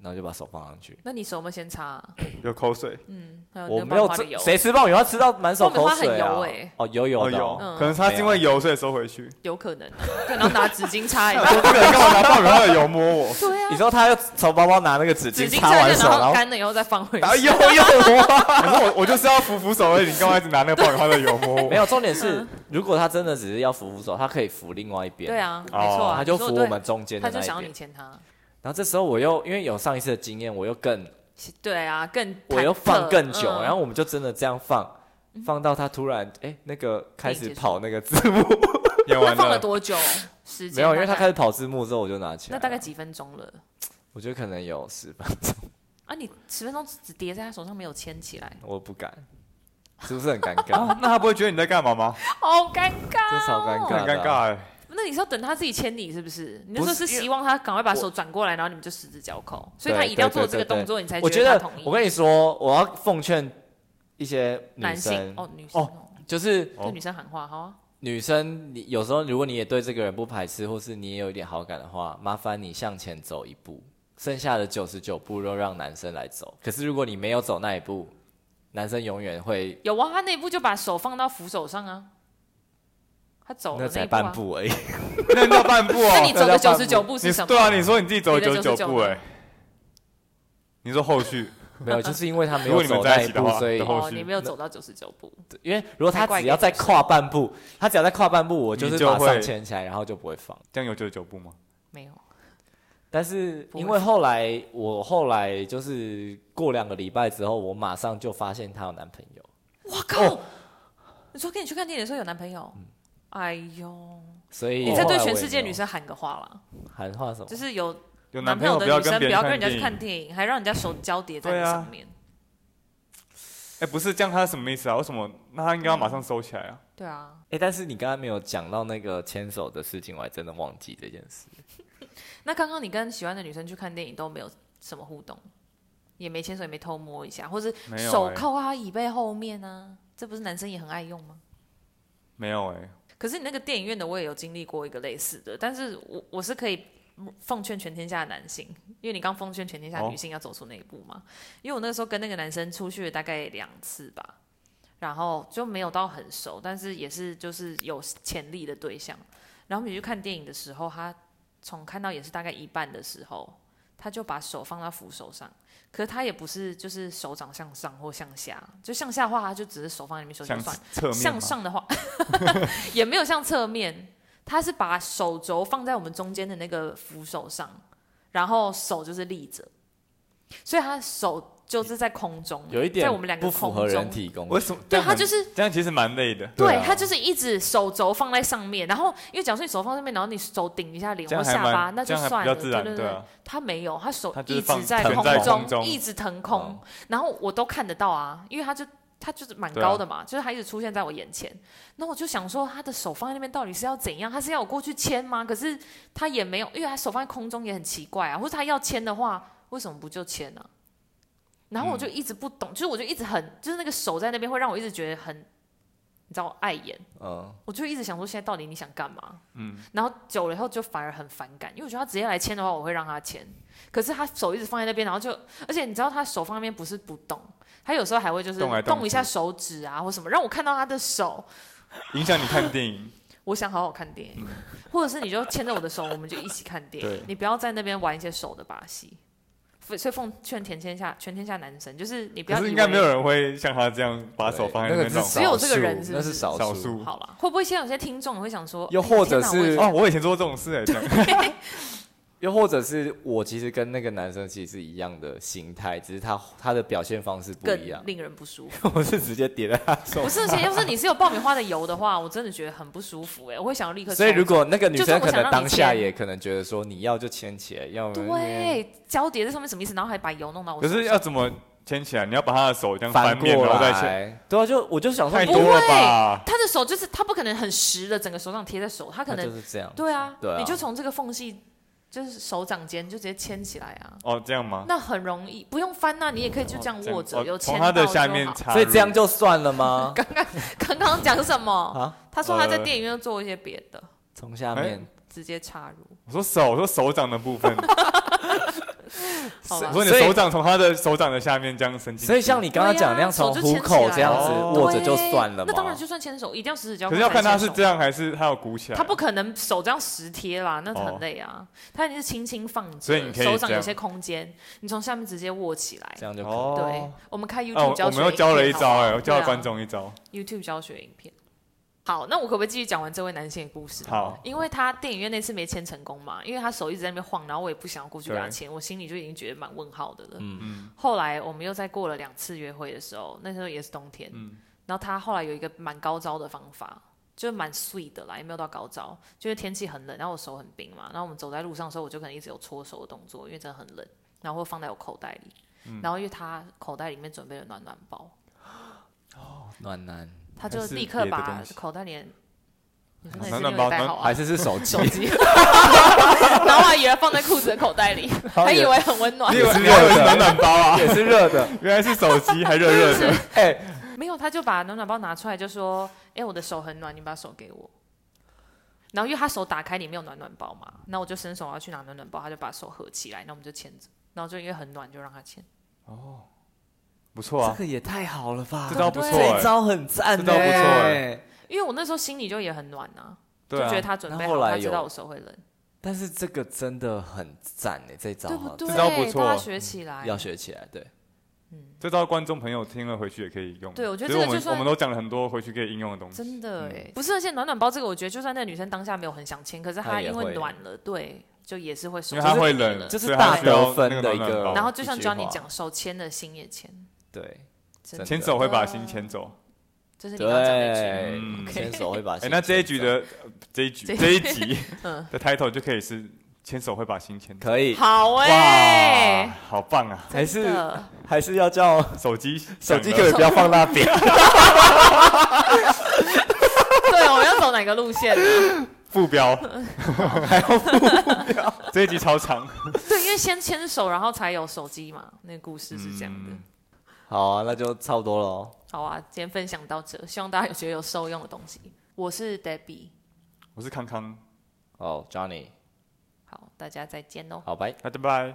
Speaker 3: 然后就把手放上去。
Speaker 1: 那你手有没有先擦啊？
Speaker 2: 有口水，
Speaker 1: 嗯，还有
Speaker 3: 我
Speaker 1: 那个爆
Speaker 3: 没
Speaker 1: 米
Speaker 3: 有
Speaker 1: 花的
Speaker 3: 吃，
Speaker 1: 油，
Speaker 3: 谁吃爆米花吃到满手
Speaker 1: 爆米
Speaker 3: 口
Speaker 1: 花很
Speaker 3: 水啊
Speaker 1: 油欸？
Speaker 3: 哦，油油
Speaker 2: 哦
Speaker 3: 的
Speaker 2: 有
Speaker 3: 哦，
Speaker 1: 嗯，
Speaker 2: 可能是他是因为油所以收回去。
Speaker 1: 有可能，对，然后拿纸巾擦一下。
Speaker 3: [laughs]
Speaker 2: 我不可能干嘛拿爆米花的油摸我？
Speaker 1: [laughs] 对
Speaker 3: 你
Speaker 1: 啊，
Speaker 3: 说他又从包包拿那个纸
Speaker 1: 纸
Speaker 3: 巾
Speaker 1: 巾
Speaker 3: 擦
Speaker 1: 擦
Speaker 3: 完
Speaker 1: 一
Speaker 3: 手，
Speaker 1: 下，然
Speaker 3: 然
Speaker 1: 后
Speaker 3: 后哎
Speaker 1: 干了以后再放回去
Speaker 3: 然。后又
Speaker 1: [laughs]
Speaker 3: 又摸。
Speaker 1: 啊
Speaker 2: 可是我我就是要扶扶手而已，你干嘛一直拿那个爆米花的油摸我？
Speaker 3: 没有，重点是，如果他真的只是要扶扶手，他可以扶另外一
Speaker 1: 嗯
Speaker 3: 边。
Speaker 1: 对，啊，
Speaker 2: 哦
Speaker 1: 没错啊，
Speaker 3: 他就
Speaker 1: 你
Speaker 3: 扶
Speaker 1: 说
Speaker 3: 我
Speaker 1: 对
Speaker 3: 们中间
Speaker 1: 他
Speaker 3: 的那
Speaker 1: 就
Speaker 3: 一
Speaker 1: 想要
Speaker 3: 边
Speaker 1: 你。牵他。
Speaker 3: 然后这时候我又因为有上一次的经验，我又更
Speaker 1: 对啊，更
Speaker 3: 我又
Speaker 1: 忐忑
Speaker 3: 放更久，
Speaker 1: 嗯
Speaker 3: 然后我们就真的这样放，放到他突然哎那个开
Speaker 1: 电
Speaker 3: 始
Speaker 1: 解
Speaker 3: 跑那个字幕，
Speaker 2: 演
Speaker 1: 那
Speaker 2: 完
Speaker 1: 放了
Speaker 2: 了，
Speaker 1: 多久？时间
Speaker 3: [laughs] 没有，因为
Speaker 1: 大概
Speaker 3: 他开始跑字幕之后我就拿起来
Speaker 1: 那
Speaker 3: 了，
Speaker 1: 大概几分钟了
Speaker 3: 我觉得可能有十吧，
Speaker 1: 啊？你十分钟只叠在他手上没有牵起来，
Speaker 3: 我不敢，是不是很尴尬？
Speaker 1: [laughs] 哦
Speaker 2: 啊那他不会觉得你在干嘛吗？
Speaker 1: 好尴尬，哦
Speaker 3: 这超尴
Speaker 2: 很
Speaker 3: 尬的
Speaker 2: 尴
Speaker 3: 啊
Speaker 2: 尬哎。
Speaker 1: 那你是要等他自己牵你是不是？你那
Speaker 3: 不
Speaker 1: 时候
Speaker 3: 是
Speaker 1: 是
Speaker 3: 因为
Speaker 1: 希望他赶快把手转过来，然后你们就十指交扣，所以
Speaker 3: 对
Speaker 1: 他一定要
Speaker 3: 对
Speaker 1: 做
Speaker 3: 对
Speaker 1: 这个
Speaker 3: 对对
Speaker 1: 动作，你才
Speaker 3: 我
Speaker 1: 觉
Speaker 3: 觉
Speaker 1: 得他
Speaker 3: 得
Speaker 1: 同意。
Speaker 3: 我跟你说，我要奉劝一些女
Speaker 1: 男性
Speaker 3: 生，
Speaker 1: 哦，女生哦，
Speaker 3: 就是
Speaker 1: 对女生喊话好啊，
Speaker 3: 女生，你有时候如果你也对这个人不排斥，或是你也有一点好感的话，麻烦你向前走一步，剩下的九十九步都让男生来走。可是如果你没有走那一步，男生永远会
Speaker 1: 有啊，他那一步就把手放到扶手上啊，他走了
Speaker 3: 那才
Speaker 1: 一步啊
Speaker 3: 半。步
Speaker 1: [laughs]
Speaker 3: 而已。
Speaker 2: 那你到半步
Speaker 1: 那
Speaker 2: 哦
Speaker 1: 你。走的
Speaker 3: 那叫
Speaker 1: 九
Speaker 3: 半步
Speaker 1: 十九步是
Speaker 2: 你
Speaker 1: 什么？
Speaker 2: 对啊，你说你自己走了
Speaker 1: 你的
Speaker 2: 九十
Speaker 1: 99
Speaker 2: 九步哎。你说后续
Speaker 3: 没有，就是因为他没
Speaker 2: 如
Speaker 3: 有
Speaker 2: 果你们
Speaker 3: 走
Speaker 2: 在
Speaker 3: 那
Speaker 2: 一
Speaker 3: 一
Speaker 2: 起的
Speaker 3: 步，
Speaker 2: 话 [laughs]
Speaker 3: 所以
Speaker 2: 的话
Speaker 1: 哦
Speaker 2: 后，续
Speaker 1: 你没有走到九十九步，
Speaker 3: 因为如果他只要再跨半步，他只要再跨半步，我就是
Speaker 2: 你就
Speaker 3: 马上
Speaker 2: 会
Speaker 3: 牵起来，然后就不会放。
Speaker 2: 这样有九十九步吗？
Speaker 1: 没有。
Speaker 3: 但是
Speaker 1: 不会
Speaker 3: 因为后来我后来就是过两个礼拜之后，我马上就发现她有男朋友，
Speaker 1: 我靠！哦你说跟你去看电影的时候有男朋友？哎呦！
Speaker 3: 所以
Speaker 1: 你再对
Speaker 3: 嗯后来
Speaker 1: 全
Speaker 3: 我也
Speaker 1: 世界
Speaker 3: 没有
Speaker 1: 女生喊个话啦，
Speaker 3: 喊话什么
Speaker 1: 就？是有
Speaker 2: 有
Speaker 1: 男
Speaker 2: 男
Speaker 1: 朋
Speaker 2: 朋
Speaker 1: 友的女
Speaker 2: 友不要
Speaker 1: 生
Speaker 2: 跟
Speaker 1: 不
Speaker 2: 别
Speaker 1: 要
Speaker 2: 人
Speaker 1: 跟人家去
Speaker 2: 看电
Speaker 1: 看
Speaker 2: 影。
Speaker 1: 电影，还让人家手交叠在你
Speaker 2: 对啊
Speaker 1: 上面。
Speaker 2: 哎，不是这样，他什么意思啊？为什么？那他应该要马上收起来啊。
Speaker 1: 对啊，
Speaker 3: 哎、但是你刚才没有讲到那个牵手的事情，我还真的忘记这件事。
Speaker 1: 那刚刚你跟喜欢的女生去看电影都没有什么互动，也没牵手，也没偷摸一下，或是
Speaker 2: 没有
Speaker 1: 嗯手
Speaker 2: 欸
Speaker 1: 靠在她椅背后面啊，这不是男生也很爱用吗？
Speaker 2: 没有哎，
Speaker 1: 可是你那个电影院的，我也有经历过一个类似的，但是我我是可以奉劝全天下的男性，因为你刚奉劝全天下女性要走出那一步嘛。因为我那个时候跟那个男生出去了大概两次吧，然后就没有到很熟，但是也是就是有潜力的对象。然后我们去看电影的时候，他从看到也是大概一半的时候，他就把手放到扶手上，可是他也不是就是手掌向上或向下，就向下的话，他就只是手放在里面休息
Speaker 2: 向
Speaker 1: 就算了。
Speaker 2: 侧面
Speaker 1: 向
Speaker 2: 吗？
Speaker 1: 上的话， [laughs] 也没有向侧面，他是把手肘放在我们中间的那个扶手上，然后手就是立着，所以他手就是在空中，
Speaker 3: 有一点
Speaker 1: 在我们两个
Speaker 3: 不符
Speaker 1: 空
Speaker 3: 合
Speaker 1: 中。
Speaker 3: 人体工
Speaker 2: 为
Speaker 3: 学。
Speaker 2: 什么？这
Speaker 1: 对
Speaker 2: 样
Speaker 1: 他
Speaker 2: 很
Speaker 1: 就是
Speaker 2: 这样，其实蛮累的。
Speaker 3: 对
Speaker 1: 对
Speaker 3: 啊
Speaker 1: 他就是一直手肘放在上面，然后因为假如说你手放上面，然后你手顶一下脸
Speaker 2: 啊这
Speaker 1: 或
Speaker 2: 样还
Speaker 1: 下巴，
Speaker 2: 蛮
Speaker 1: 那
Speaker 2: 这
Speaker 1: 就
Speaker 2: 样还
Speaker 1: 算
Speaker 2: 比
Speaker 1: 了，
Speaker 2: 较自然，
Speaker 1: 对
Speaker 2: 对
Speaker 1: 对。
Speaker 2: 啊。
Speaker 1: 他没有，他手
Speaker 2: 他就
Speaker 1: 一
Speaker 2: 是
Speaker 1: 直
Speaker 2: 放
Speaker 1: 在
Speaker 2: 腾
Speaker 1: 空
Speaker 2: 在
Speaker 1: 中，
Speaker 2: 空中
Speaker 1: 一直腾空，
Speaker 3: 哦
Speaker 1: 然后我都看得到啊，因为他就他就是蛮
Speaker 2: 对啊
Speaker 1: 高的嘛，就是他一直出现在我眼前。那我就想说，他的手放在那边到底是要怎样？他是要我过去牵吗？可是他也没有，因为他手放在空中也很奇怪啊。或者他要牵的话，为什么不就牵呢、啊？然后我就一直不懂，
Speaker 2: 嗯
Speaker 1: 就是我就一直很，就是那个手在那边会让我一直觉得很，你知道碍眼。
Speaker 3: 嗯，
Speaker 1: 我就一直想说，现在到底你想干嘛？
Speaker 2: 嗯，
Speaker 1: 然后久了以后就反而很反感，因为我觉得他直接来签的话，我会让他签。可是他手一直放在那边，然后就，而且你知道他手放那边不是不动，他有时候还会就是
Speaker 2: 动来动去
Speaker 1: 一下手指啊或什么，让我看到他的手，
Speaker 2: 影响你看电影，
Speaker 1: 我想好好看电
Speaker 2: 嗯
Speaker 1: 影，或者是你就牵着我的手，我们就一起看电影
Speaker 3: 对，
Speaker 1: 你不要在那边玩一些手的把戏。所以所以奉劝全天下全天下男生，就是你不
Speaker 2: 可
Speaker 1: 要以
Speaker 2: 是
Speaker 1: 为
Speaker 2: 应该没有人会像他这样把手
Speaker 3: 对
Speaker 2: 放在
Speaker 3: 那
Speaker 2: 那边
Speaker 3: 个是
Speaker 2: 弄。
Speaker 1: 只有这个
Speaker 3: 少数
Speaker 1: 人是不
Speaker 3: 那是
Speaker 1: 是
Speaker 3: 少
Speaker 2: 少数
Speaker 1: 好了，会不会现在有些听众会想说，
Speaker 3: 又
Speaker 1: 哎呀
Speaker 3: 或者
Speaker 1: 天哪我也
Speaker 3: 是
Speaker 2: 哦，我以前做这种事哎，这样
Speaker 3: 又或者是我其实跟那个男生其实是一样的心态，只是他他的表现方式不一样 [laughs]
Speaker 1: 更。令人不舒服。
Speaker 3: 我是直接叠在他手
Speaker 1: 不是，而且要是你是有爆米花的油的话，我真的觉得很不舒服哎、我会想要立刻抽走。
Speaker 3: 所以如果那个女
Speaker 1: 就算
Speaker 3: 生
Speaker 1: 我
Speaker 3: 可
Speaker 1: 想让
Speaker 3: 能
Speaker 1: 你
Speaker 3: 当下
Speaker 1: 签
Speaker 3: 也可能觉得说你要就牵起来，要不然
Speaker 1: 对交叠在上面什么意思？然后还把油弄到我
Speaker 2: 可
Speaker 1: 手上，
Speaker 2: 是要怎么牵起来？你要把他的手这样
Speaker 3: 翻
Speaker 2: 翻面，
Speaker 3: 过
Speaker 2: 然后再牵，
Speaker 3: 来。对啊，就我就想说
Speaker 2: 太
Speaker 3: 不
Speaker 2: 多了吧？
Speaker 1: 他的手就是他不可能很实的，整个手掌贴在手，他可
Speaker 3: 他
Speaker 1: 能
Speaker 3: 就是这样。
Speaker 1: 对啊，
Speaker 3: 对啊
Speaker 1: 你就从这个缝隙就是手掌间就直接牵起来啊，
Speaker 2: 哦，这样吗？
Speaker 1: 那很容易不用翻呐、啊你也可以就这样握着，
Speaker 2: 哦
Speaker 1: 有
Speaker 2: 从
Speaker 1: 牵
Speaker 2: 他
Speaker 1: 到
Speaker 2: 的
Speaker 1: 就
Speaker 2: 下面
Speaker 1: 好。
Speaker 2: 插入，
Speaker 3: 所以这样就算了吗？
Speaker 1: [laughs] 刚刚讲什么？
Speaker 3: 啊，
Speaker 1: 他说他在
Speaker 2: 呃
Speaker 1: 电影院做一些别的，
Speaker 3: 从下
Speaker 2: 哎
Speaker 3: 面。
Speaker 1: 直接插入。
Speaker 2: 我说手，我说手掌的
Speaker 1: [laughs]
Speaker 2: 部分，
Speaker 1: 好
Speaker 2: 我
Speaker 1: 了，
Speaker 2: 说你的手掌从他的手掌的下面这样伸进去，
Speaker 3: 所以像你刚刚讲那样，
Speaker 1: 对啊手
Speaker 3: 从
Speaker 1: 就
Speaker 3: 虎
Speaker 1: 牵起
Speaker 3: 口
Speaker 1: 来
Speaker 3: 这样子
Speaker 2: 了
Speaker 3: 握着就
Speaker 1: 对啊
Speaker 3: 算了
Speaker 1: 那当然
Speaker 3: 嘛。
Speaker 1: 就算牵手，一定要十指交
Speaker 2: 可
Speaker 1: 扣
Speaker 2: 是
Speaker 1: 才牵手。
Speaker 2: 要看他是这样还是他有鼓起来。
Speaker 1: 他不可能手这样实贴啦，那很
Speaker 2: 啊哦
Speaker 1: 累啊。他一定是轻轻放着，
Speaker 2: 所以你可以
Speaker 1: 手掌
Speaker 2: 这
Speaker 1: 有
Speaker 2: 样
Speaker 1: 些空间，你从下面直接握起来
Speaker 3: 这。样就可以
Speaker 2: 哦，
Speaker 1: 对，我们开
Speaker 2: 啊，我
Speaker 1: YouTube 教学、
Speaker 2: 我们又教了一招哎，我教
Speaker 1: 对
Speaker 2: 了
Speaker 1: 啊
Speaker 2: 观众一招。
Speaker 1: YouTube 教学影片。好，那我可不可以继续讲完这位男性的故事？
Speaker 2: 好，
Speaker 1: [laughs] 因为他电影院那次没签成功嘛，因为他手一直在那边晃，然后我也不想要过去给他签，我心里就已经觉得蛮问号的了。
Speaker 2: 嗯
Speaker 1: 后来我们又再过了两次约会的时候，那时候也是冬天，
Speaker 2: 嗯
Speaker 1: 然后他后来有一个蛮高招的方法，就是蛮 sweet 的啦，也没有到高招，就是天气很冷，然后我手很冰嘛，然后我们走在路上的时候，我就可能一直有搓手的动作，因为真的很冷，然后会放在我口袋里，
Speaker 2: 嗯
Speaker 1: 然后因为他口袋里面准备了暖暖包，
Speaker 3: 暖男
Speaker 1: 他就
Speaker 2: 还是
Speaker 1: 立刻
Speaker 2: 别的
Speaker 1: 把
Speaker 2: 东西
Speaker 1: 口袋里的。你说
Speaker 2: 暖
Speaker 1: 那是
Speaker 2: 暖
Speaker 1: 没有
Speaker 2: 包
Speaker 1: 带
Speaker 2: 暖
Speaker 1: 好啊
Speaker 3: 还是是手机
Speaker 1: 手？
Speaker 2: [laughs]
Speaker 1: 机，然后我还以为放在裤子的口袋里，
Speaker 3: 后
Speaker 1: 还
Speaker 3: 以
Speaker 1: 以
Speaker 3: 为
Speaker 1: 为很温暖
Speaker 2: 你以。为
Speaker 3: 是
Speaker 2: 你以为
Speaker 3: 热
Speaker 2: 是
Speaker 3: 的
Speaker 2: 暖暖包啊？[laughs]
Speaker 3: [laughs] 也是热的。
Speaker 2: 原来是手机，还热热的。 [laughs]
Speaker 3: 哎，
Speaker 1: 没有，他就把暖暖包拿出来，就说：“哎、我的手很暖，你把手给我。”然后因为他手打开里面有暖暖包嘛，那我就伸手要去拿暖暖包，他就把手合起来，那我们就牵着，然后就因为很暖就让他牵。
Speaker 2: 不错
Speaker 3: 这
Speaker 2: 啊，
Speaker 3: 个也太好了吧
Speaker 2: 这！招不错
Speaker 1: 对
Speaker 3: 这一
Speaker 2: 哎。
Speaker 3: 招很赞
Speaker 2: 这
Speaker 3: 欸呢，
Speaker 2: 招不错哎
Speaker 1: 因为我那时候心里就也很暖啊，
Speaker 2: 对
Speaker 1: 就觉得
Speaker 2: 啊，
Speaker 1: 他准备
Speaker 3: 那后
Speaker 1: 好，
Speaker 3: 来
Speaker 1: 他知
Speaker 3: 有
Speaker 1: 道我手会冷，
Speaker 3: 但是这个真的很赞哎，这招
Speaker 1: 对不
Speaker 3: 好
Speaker 1: 对？
Speaker 2: 这招啊不错
Speaker 1: 大家学起来。
Speaker 3: 要学起来，对，
Speaker 2: 这招观众朋友听了回去也可以用。
Speaker 1: 对我觉得
Speaker 2: 只是
Speaker 1: 这个
Speaker 2: 我
Speaker 1: 就
Speaker 2: 们
Speaker 1: 算
Speaker 2: 我们都讲了很多回去可以应用的东西。
Speaker 1: 真的哎、不是，而且暖暖包这个，我觉得就算那个女生当下没有很想牵，可是
Speaker 3: 她
Speaker 1: 她
Speaker 3: 也
Speaker 1: 因为
Speaker 3: 会
Speaker 1: 暖了，对，就也是会手
Speaker 2: 因为她
Speaker 1: 就是
Speaker 2: 会
Speaker 1: 冷
Speaker 2: 冷
Speaker 1: 了
Speaker 3: 这是
Speaker 2: 所以他
Speaker 3: 大
Speaker 2: 需要
Speaker 3: 得分的
Speaker 2: 那个
Speaker 3: 一
Speaker 2: 暖暖
Speaker 3: 个。
Speaker 2: 包
Speaker 1: 然后就像
Speaker 3: 一句话
Speaker 1: Johnny，讲，手牵了心也牵，
Speaker 3: 对，
Speaker 1: 真的
Speaker 2: 牵
Speaker 3: 真的
Speaker 2: 手会把心牵走。
Speaker 1: 这是你刚刚讲那句。
Speaker 3: 对
Speaker 2: 嗯，
Speaker 1: OK
Speaker 3: 牵手会把
Speaker 2: 哎，
Speaker 3: 心牵走。
Speaker 2: 那这一局的呃这一
Speaker 1: 这
Speaker 2: 局
Speaker 1: 一
Speaker 2: 这一集
Speaker 1: [laughs] 嗯
Speaker 2: 的 title 就可以是牵手会把心牵走。
Speaker 3: 可以，
Speaker 1: 好哎、
Speaker 2: 哇，好棒啊！
Speaker 3: 还
Speaker 1: 真
Speaker 3: 是
Speaker 1: 的
Speaker 3: 还是要叫
Speaker 2: 手机
Speaker 3: 手机
Speaker 2: 响
Speaker 3: 可
Speaker 2: 了
Speaker 3: 以不要放那边，
Speaker 1: [laughs]
Speaker 3: [laughs]
Speaker 1: 对，我们要走哪个路线呢？
Speaker 2: 副
Speaker 3: [laughs]
Speaker 2: 标， [laughs] 这一集超长。
Speaker 1: [laughs] 对，因为先牵手，然后才有手机嘛，那个故事是这样的。
Speaker 2: 嗯
Speaker 3: 好啊，那就差不多喽。
Speaker 1: 好啊，今天分享到这，希望大家有觉得有受用的东西。我是 Debbie，
Speaker 2: 我是康康，
Speaker 3: 哦，Johnny，
Speaker 1: 哦好，大家再见喽。
Speaker 3: 好，拜。
Speaker 2: 大家拜。